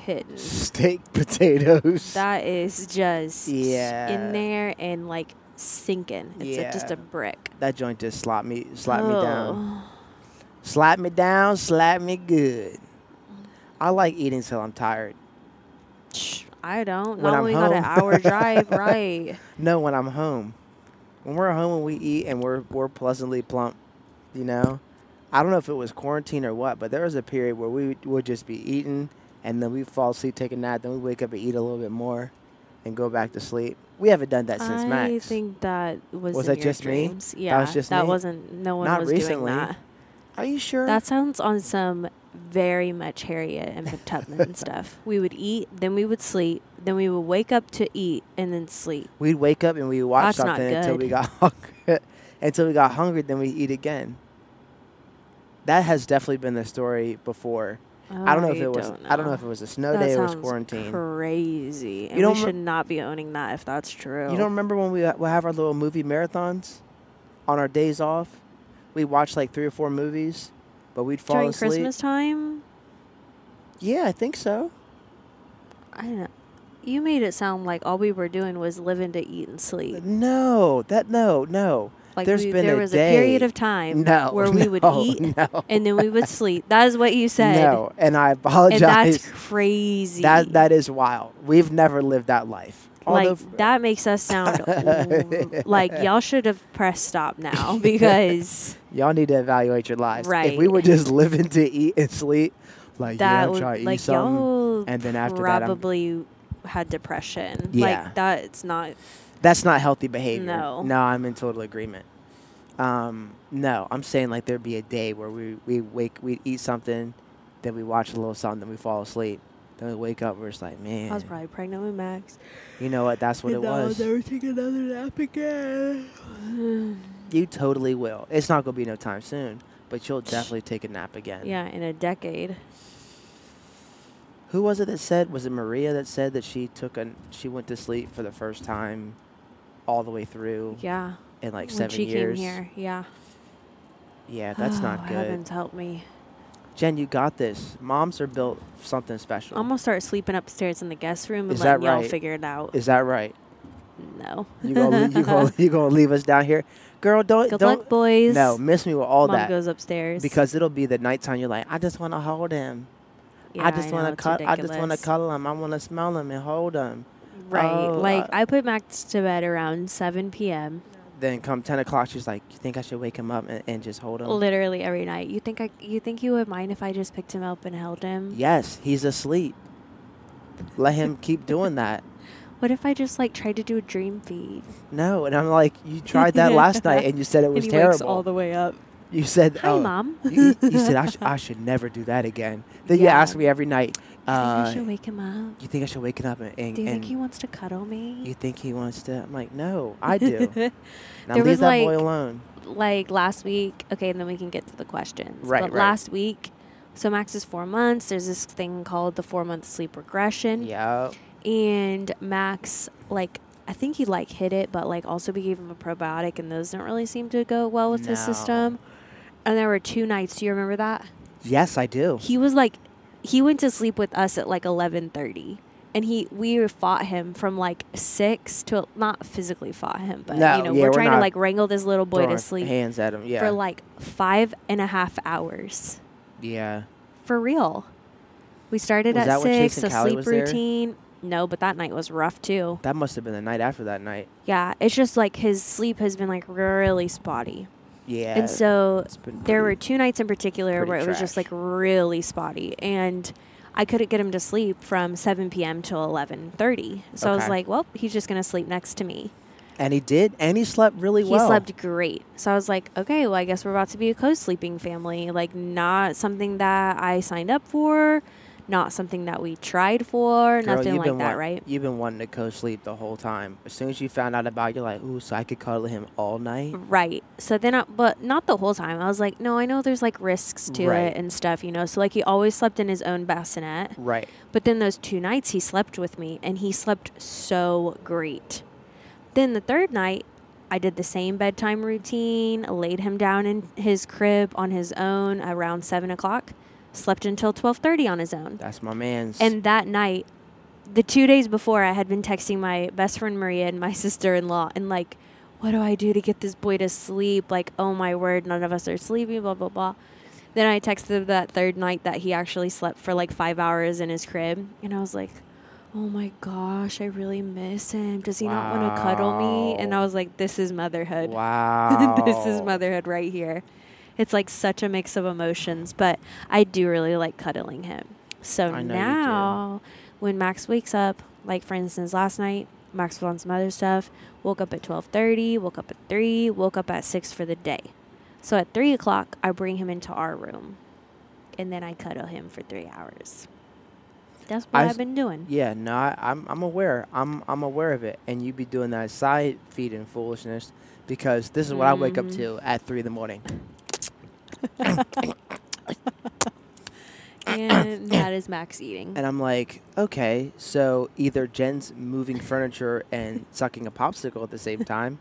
Speaker 4: hidden.
Speaker 3: steak potatoes.
Speaker 4: That is just
Speaker 3: Yeah.
Speaker 4: in there and like sinking. It's a, just
Speaker 3: Yeah.
Speaker 4: a brick. Oh,
Speaker 3: that joint just slapped me slapped me down.
Speaker 4: Ugh.
Speaker 3: Slap me down, slap me good. I like eating till I'm tired.
Speaker 4: Shh, I don't.
Speaker 3: When
Speaker 4: Not
Speaker 3: I'm
Speaker 4: when we got an
Speaker 3: home.
Speaker 4: hour drive, right?
Speaker 3: No, when I'm home. When we're home and we eat and we're we're pleasantly plump, you know. I don't know if it was quarantine or what, but there was a period where we would just be eating and then we fall asleep, take a nap, then we wake up and eat a little bit more and go back to sleep. We haven't done that since
Speaker 4: I
Speaker 3: Max.
Speaker 4: think that was
Speaker 3: Was
Speaker 4: in
Speaker 3: that
Speaker 4: your
Speaker 3: just me?
Speaker 4: dreams.
Speaker 3: That was
Speaker 4: Yeah,
Speaker 3: just me?
Speaker 4: wasn't. No one
Speaker 3: Not
Speaker 4: was
Speaker 3: recently.
Speaker 4: doing that.
Speaker 3: Are you sure?
Speaker 4: That sounds on some very much Harriet and Tubman stuff. We would eat, then we would sleep, then we would wake up to eat, and then sleep.
Speaker 3: We'd wake up and we watch
Speaker 4: That's not
Speaker 3: something until we
Speaker 4: good.
Speaker 3: got hungry. until we got hungry, then we eat again. That has definitely been the story before. I don't know if
Speaker 4: Oh, you
Speaker 3: it was.
Speaker 4: don't
Speaker 3: I don't know if it was a snow
Speaker 4: that
Speaker 3: day. or It
Speaker 4: sounds
Speaker 3: was quarantine.
Speaker 4: Crazy. And
Speaker 3: don't
Speaker 4: we
Speaker 3: rem-
Speaker 4: should not be owning that if that's true.
Speaker 3: you don't remember when we we have our little movie marathons on our days off? We watch like three or four movies, but we'd fall
Speaker 4: during
Speaker 3: asleep.
Speaker 4: Christmas time.
Speaker 3: Yeah, I think so.
Speaker 4: I don't. You made it sound like all we were doing was living to eat and sleep.
Speaker 3: No, that no no.
Speaker 4: Like
Speaker 3: There's
Speaker 4: we,
Speaker 3: been
Speaker 4: there
Speaker 3: a
Speaker 4: was
Speaker 3: day.
Speaker 4: a period of time
Speaker 3: No,
Speaker 4: where we would
Speaker 3: no,
Speaker 4: eat
Speaker 3: no.
Speaker 4: and then we would sleep. That is what you said.
Speaker 3: No, and I
Speaker 4: and
Speaker 3: apologize.
Speaker 4: that's crazy.
Speaker 3: That that is wild. We've never lived that life. Although
Speaker 4: like
Speaker 3: f-
Speaker 4: that makes us sound w- like y'all should have pressed stop now because
Speaker 3: y'all need to evaluate your lives. If we
Speaker 4: Right.
Speaker 3: were just living to eat and sleep, like yeah,
Speaker 4: that
Speaker 3: I'm trying
Speaker 4: would
Speaker 3: to eat
Speaker 4: like
Speaker 3: something.
Speaker 4: y'all
Speaker 3: and then after that, I'm-
Speaker 4: probably had depression.
Speaker 3: Yeah.
Speaker 4: Like that's not
Speaker 3: That's not healthy behavior.
Speaker 4: No.
Speaker 3: no, I'm in total agreement. Um, no, I'm saying like there'd be a day where we we wake, we would eat something, then we watch a little something, then we fall asleep, then we wake up, we're just like, man,
Speaker 4: I was probably pregnant with Max.
Speaker 3: you know what? That's what it was.
Speaker 7: take another nap again.
Speaker 3: You totally will. It's not gonna be no time soon, but you'll definitely take a nap again.
Speaker 4: Yeah, in a decade.
Speaker 3: Who was it that said? Was it Maria that said that she took a she went to sleep for the first time, all the way through
Speaker 4: Yeah.
Speaker 3: in like
Speaker 4: when
Speaker 3: seven
Speaker 4: she
Speaker 3: years?
Speaker 4: came here. Yeah.
Speaker 3: Yeah, that's
Speaker 4: Oh,
Speaker 3: not good.
Speaker 4: Heavens help me.
Speaker 3: Jen, you got this. Moms are built for something special.
Speaker 4: I'm gonna start sleeping upstairs in the guest room and
Speaker 3: Is
Speaker 4: letting
Speaker 3: that
Speaker 4: y'all
Speaker 3: right?
Speaker 4: figure it out.
Speaker 3: Is that right?
Speaker 4: no.
Speaker 3: You gonna you gonna you gonna leave us down here, girl? Don't
Speaker 4: Good
Speaker 3: don't
Speaker 4: luck, boys.
Speaker 3: no miss me with all
Speaker 4: Mom
Speaker 3: that
Speaker 4: goes upstairs
Speaker 3: because it'll be the nighttime. You're like, I just want to hold him.
Speaker 4: Yeah,
Speaker 3: I just
Speaker 4: know,
Speaker 3: want to
Speaker 4: it's
Speaker 3: cuddle. I just want to
Speaker 4: ridiculous.
Speaker 3: cuddle him. I want to smell him and hold him.
Speaker 4: Right.
Speaker 3: Oh,
Speaker 4: like
Speaker 3: I-
Speaker 4: I put Max to bed around 7 p.m.
Speaker 3: Then come ten o'clock, she's like, you think I should wake him up and, and just hold him?
Speaker 4: Literally every night. You think I? You think you would mind if I just picked him up and held him?
Speaker 3: Yes, he's asleep. Let him keep doing that.
Speaker 4: What if I just like tried to do a dream feed?
Speaker 3: No, and I'm like, you tried that last night, and you said it was terrible.
Speaker 4: way up.
Speaker 3: you said,
Speaker 4: Hi,
Speaker 3: oh,
Speaker 4: Mom.
Speaker 3: You, you said I, sh- I should never do that again. Then you
Speaker 4: Yeah.
Speaker 3: ask me every night.
Speaker 4: I think
Speaker 3: Uh,
Speaker 4: I should wake him up.
Speaker 3: you think I should wake it up and, and,
Speaker 4: Do you
Speaker 3: and
Speaker 4: think he wants to cuddle me?
Speaker 3: you think he wants to? I'm like, no, I do. now
Speaker 4: There
Speaker 3: leave
Speaker 4: was,
Speaker 3: that boy
Speaker 4: like-
Speaker 3: alone.
Speaker 4: like last week. Okay, and then we can get to the questions.
Speaker 3: Right,
Speaker 4: But
Speaker 3: right.
Speaker 4: last week, so Max is four months. There's this thing called the four month sleep regression.
Speaker 3: Yeah,
Speaker 4: and Max like I think he like hit it, but like also we gave him a probiotic, and those didn't really seem to go well with his
Speaker 3: No.
Speaker 4: system. And there were two nights. Do you remember that?
Speaker 3: yes, I do.
Speaker 4: He was like, he went to sleep with us at like eleven thirty, and he we fought him from like six to not physically fought him, but
Speaker 3: No,
Speaker 4: you know
Speaker 3: yeah,
Speaker 4: we're,
Speaker 3: we're
Speaker 4: trying to
Speaker 3: not
Speaker 4: like wrangle this little boy
Speaker 3: Throwing
Speaker 4: to sleep
Speaker 3: Hands at him. Yeah.
Speaker 4: for like five and a half hours
Speaker 3: yeah.
Speaker 4: for real. We started
Speaker 3: Was
Speaker 4: at
Speaker 3: that when Chase
Speaker 4: six.
Speaker 3: and
Speaker 4: A
Speaker 3: Callie
Speaker 4: sleep
Speaker 3: was there?
Speaker 4: routine. No, but that night was rough too.
Speaker 3: That must have been the night after that night.
Speaker 4: Yeah, it's just like his sleep has been like really spotty.
Speaker 3: Yeah.
Speaker 4: and so
Speaker 3: it's been
Speaker 4: there were
Speaker 3: pretty-
Speaker 4: two nights in particular
Speaker 3: pretty
Speaker 4: where it was just
Speaker 3: trash.
Speaker 4: like really spotty. And I couldn't get him to sleep from 7 p.m. till 11:30. So I was
Speaker 3: Okay.
Speaker 4: like, well, he's just gonna sleep next to me.
Speaker 3: And he did, and he slept really
Speaker 4: He
Speaker 3: well.
Speaker 4: slept great. So I was like, okay, well, I guess we're about to be a co-sleeping family. Like, not something that I signed up for, not something that we tried for,
Speaker 3: Girl,
Speaker 4: nothing
Speaker 3: you've
Speaker 4: like
Speaker 3: been
Speaker 4: that,
Speaker 3: wa-
Speaker 4: right?
Speaker 3: You've been wanting to co-sleep the whole time. As soon as you found out about, it, you're like, ooh, so I could cuddle him all night.
Speaker 4: Right. So then, I, but not the whole time. I was like, no, I know there's like risks to
Speaker 3: Right.
Speaker 4: it and stuff, you know. So like, he always slept in his own bassinet.
Speaker 3: Right.
Speaker 4: But then those two nights he slept with me and he slept so great. Then the third night, I did the same bedtime routine, laid him down in his crib on his own around seven o'clock, slept until twelve thirty on his own.
Speaker 3: That's my man's.
Speaker 4: And that night, the two days before, I had been texting my best friend Maria and my sister in law, and like, what do I do to get this boy to sleep? Like, oh my word, none of us are sleeping, blah, blah, blah. Then I texted that third night that he actually slept for like five hours in his crib, and I was like, oh my gosh, I really miss him. Does he not want to cuddle me? And I
Speaker 3: Wow.
Speaker 4: was like, this is motherhood.
Speaker 3: wow.
Speaker 4: this is motherhood right here. It's like such a mix of emotions, but I do really like cuddling him. So
Speaker 3: I know you do.
Speaker 4: now, when Max wakes up, like for instance, last night Max was on some other stuff. Woke up at twelve thirty. Woke up at three. Woke up at six for the day. So at three o'clock, I bring him into our room, and then I cuddle him for three hours. That's what
Speaker 3: I
Speaker 4: I
Speaker 3: s-
Speaker 4: have been doing.
Speaker 3: Yeah, no, I, I'm I'm aware. I'm I'm aware of it, and you be doing that side feeding foolishness because this is what I wake up
Speaker 4: Mhm.
Speaker 3: to at three in the morning.
Speaker 4: and that is Max eating.
Speaker 3: And I'm like, okay, so either Jen's moving furniture and sucking a popsicle at the same time,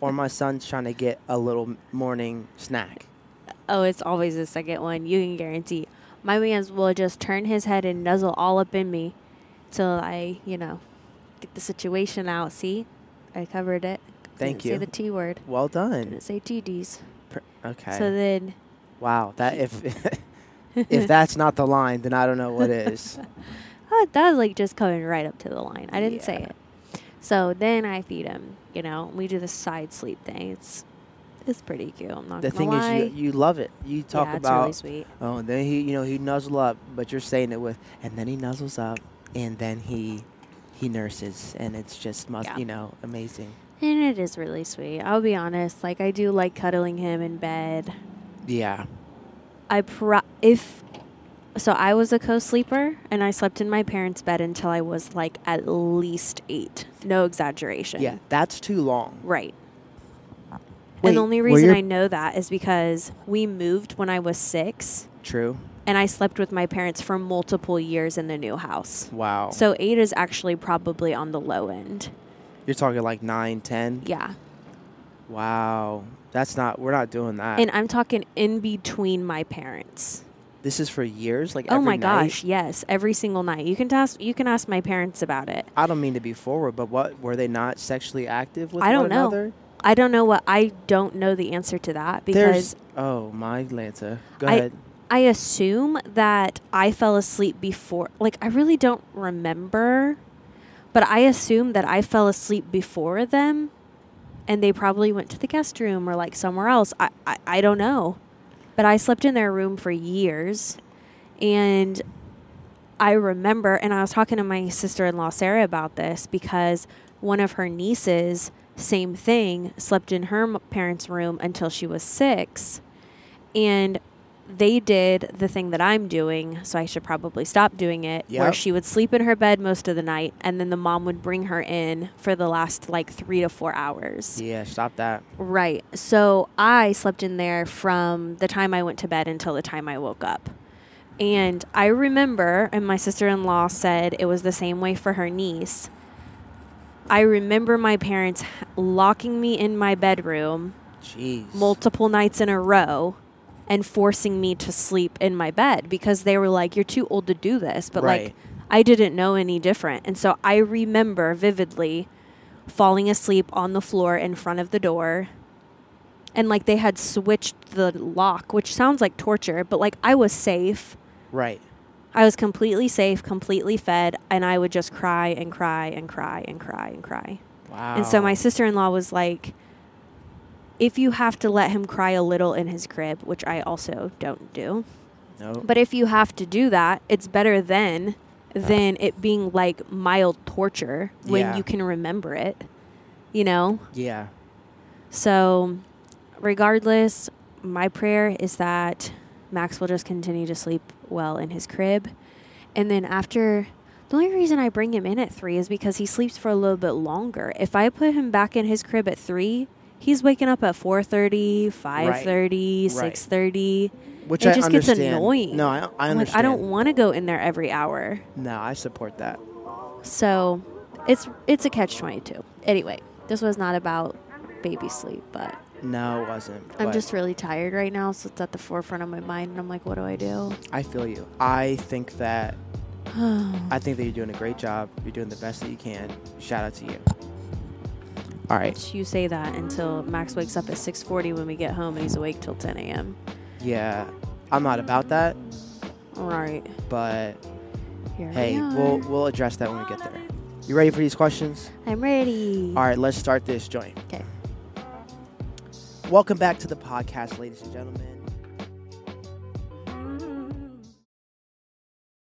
Speaker 3: or my son's trying to get a little m- morning snack.
Speaker 4: Oh, it's always the second one. You can guarantee. My man's will just turn his head and nuzzle all up in me till I, you know, get the situation out. See? I covered it.
Speaker 3: Thank
Speaker 4: Didn't
Speaker 3: you.
Speaker 4: Say the T word.
Speaker 3: Well
Speaker 4: Didn't
Speaker 3: done.
Speaker 4: say TDs.
Speaker 3: Per- okay.
Speaker 4: So then,
Speaker 3: wow, that if if that's not the line, then I don't know what is.
Speaker 4: oh, that was like just coming right up to the line. I didn't say
Speaker 3: Yeah.
Speaker 4: it. So then I feed him, you know, we do the side sleep thing. It's it's pretty cute. I'm not
Speaker 3: The
Speaker 4: gonna
Speaker 3: thing
Speaker 4: lie.
Speaker 3: is, you you love it. You talk
Speaker 4: yeah,
Speaker 3: about
Speaker 4: it's really sweet.
Speaker 3: Oh, and then he, you know, he nuzzle up, but you're saying it with, and then he nuzzles up, and then he, he nurses, and it's just must,
Speaker 4: Yeah.
Speaker 3: you know, amazing.
Speaker 4: And it is really sweet. I'll be honest, like I do like cuddling him in bed.
Speaker 3: Yeah.
Speaker 4: I pro if so I was a co-sleeper and I slept in my parents' bed until I was like at least 8. No exaggeration.
Speaker 3: Yeah, that's too long.
Speaker 4: Right.
Speaker 3: Wait,
Speaker 4: and the only
Speaker 3: were
Speaker 4: reason
Speaker 3: your-
Speaker 4: I know that is because we moved when I was 6
Speaker 3: True.
Speaker 4: and I slept with my parents for multiple years in the new house.
Speaker 3: Wow. So
Speaker 4: So 8 is actually probably on the low end.
Speaker 3: you're talking like nine, ten.
Speaker 4: Yeah.
Speaker 3: Wow. That's not. We're not doing that.
Speaker 4: And I'm talking in between my parents.
Speaker 3: this is for years. Like
Speaker 4: Oh
Speaker 3: every
Speaker 4: my
Speaker 3: night?
Speaker 4: gosh, yes, every single night. You can ask you can ask my parents about it.
Speaker 3: I don't mean to be forward, but what were they not sexually active with
Speaker 4: I
Speaker 3: one
Speaker 4: don't know.
Speaker 3: another?
Speaker 4: I don't know what I don't know the answer to that because
Speaker 3: There's. Oh my Lanta. Go
Speaker 4: I
Speaker 3: ahead.
Speaker 4: I assume that I fell asleep before like I really don't remember but I assume that I fell asleep before them and they probably went to the guest room or like somewhere else. I, I, I don't know. But I slept in their room for years and I remember and I was talking to my sister in law Sarah about this because one of her nieces, same thing, slept in her m- parents' room until she was six and they did the thing that I'm doing, so I should probably stop doing it. Where
Speaker 3: Yep.
Speaker 4: she would sleep in her bed most of the night, and then the mom would bring her in for the last like three to four hours.
Speaker 3: Yeah. Stop that.
Speaker 4: Right. So I slept in there from the time I went to bed until the time I woke up. And I remember, and my sister in law said it was the same way for her niece. I remember my parents h- locking me in my bedroom
Speaker 3: Jeez.
Speaker 4: multiple nights in a row and forcing me to sleep in my bed because they were like, You're too old to do this. But
Speaker 3: Right.
Speaker 4: like, I didn't know any different. And so I remember vividly falling asleep on the floor in front of the door. And like, they had switched the lock, which sounds like torture, but like, I was safe.
Speaker 3: Right.
Speaker 4: I was completely safe, completely fed, and I would just cry and cry and cry and cry and cry.
Speaker 3: Wow.
Speaker 4: And so my sister in law was like, if you have to let him cry a little in his crib, which I also don't do,
Speaker 3: No.
Speaker 4: But if you have to do that, it's better then than it being like mild torture when
Speaker 3: Yeah.
Speaker 4: you can remember it, you know?
Speaker 3: yeah.
Speaker 4: So, regardless, my prayer is that Max will just continue to sleep well in his crib. And then, after the only reason I bring him in at three is because he sleeps for a little bit longer. If I put him back in his crib at three, he's waking up at 4.30 5.30
Speaker 3: Right.
Speaker 4: 6.30
Speaker 3: Which
Speaker 4: it
Speaker 3: I
Speaker 4: just
Speaker 3: understand.
Speaker 4: gets annoying
Speaker 3: No, I, I
Speaker 4: I'm like,
Speaker 3: understand.
Speaker 4: i don't want to go in there every hour
Speaker 3: No, I support that.
Speaker 4: so it's it's a catch 22 anyway this was not about baby sleep but
Speaker 3: No, it wasn't.
Speaker 4: I'm
Speaker 3: but
Speaker 4: just really tired right now, so it's at the forefront of my mind, and I'm like, what do I do?
Speaker 3: I feel you. I think that. I think that you're doing a great job. You're doing the best that you can. Shout out to you. All right.
Speaker 4: You say that until Max wakes up at 6:40 when we get home, and he's awake till 10 a.m.
Speaker 3: Yeah, I'm not about that,
Speaker 4: All right,
Speaker 3: but
Speaker 4: here
Speaker 3: hey,
Speaker 4: we are.
Speaker 3: we'll we'll address that when we get there. You ready for these questions?
Speaker 4: I'm ready.
Speaker 3: All right, let's start this joint.
Speaker 4: Okay.
Speaker 3: Welcome back to the podcast, ladies and gentlemen.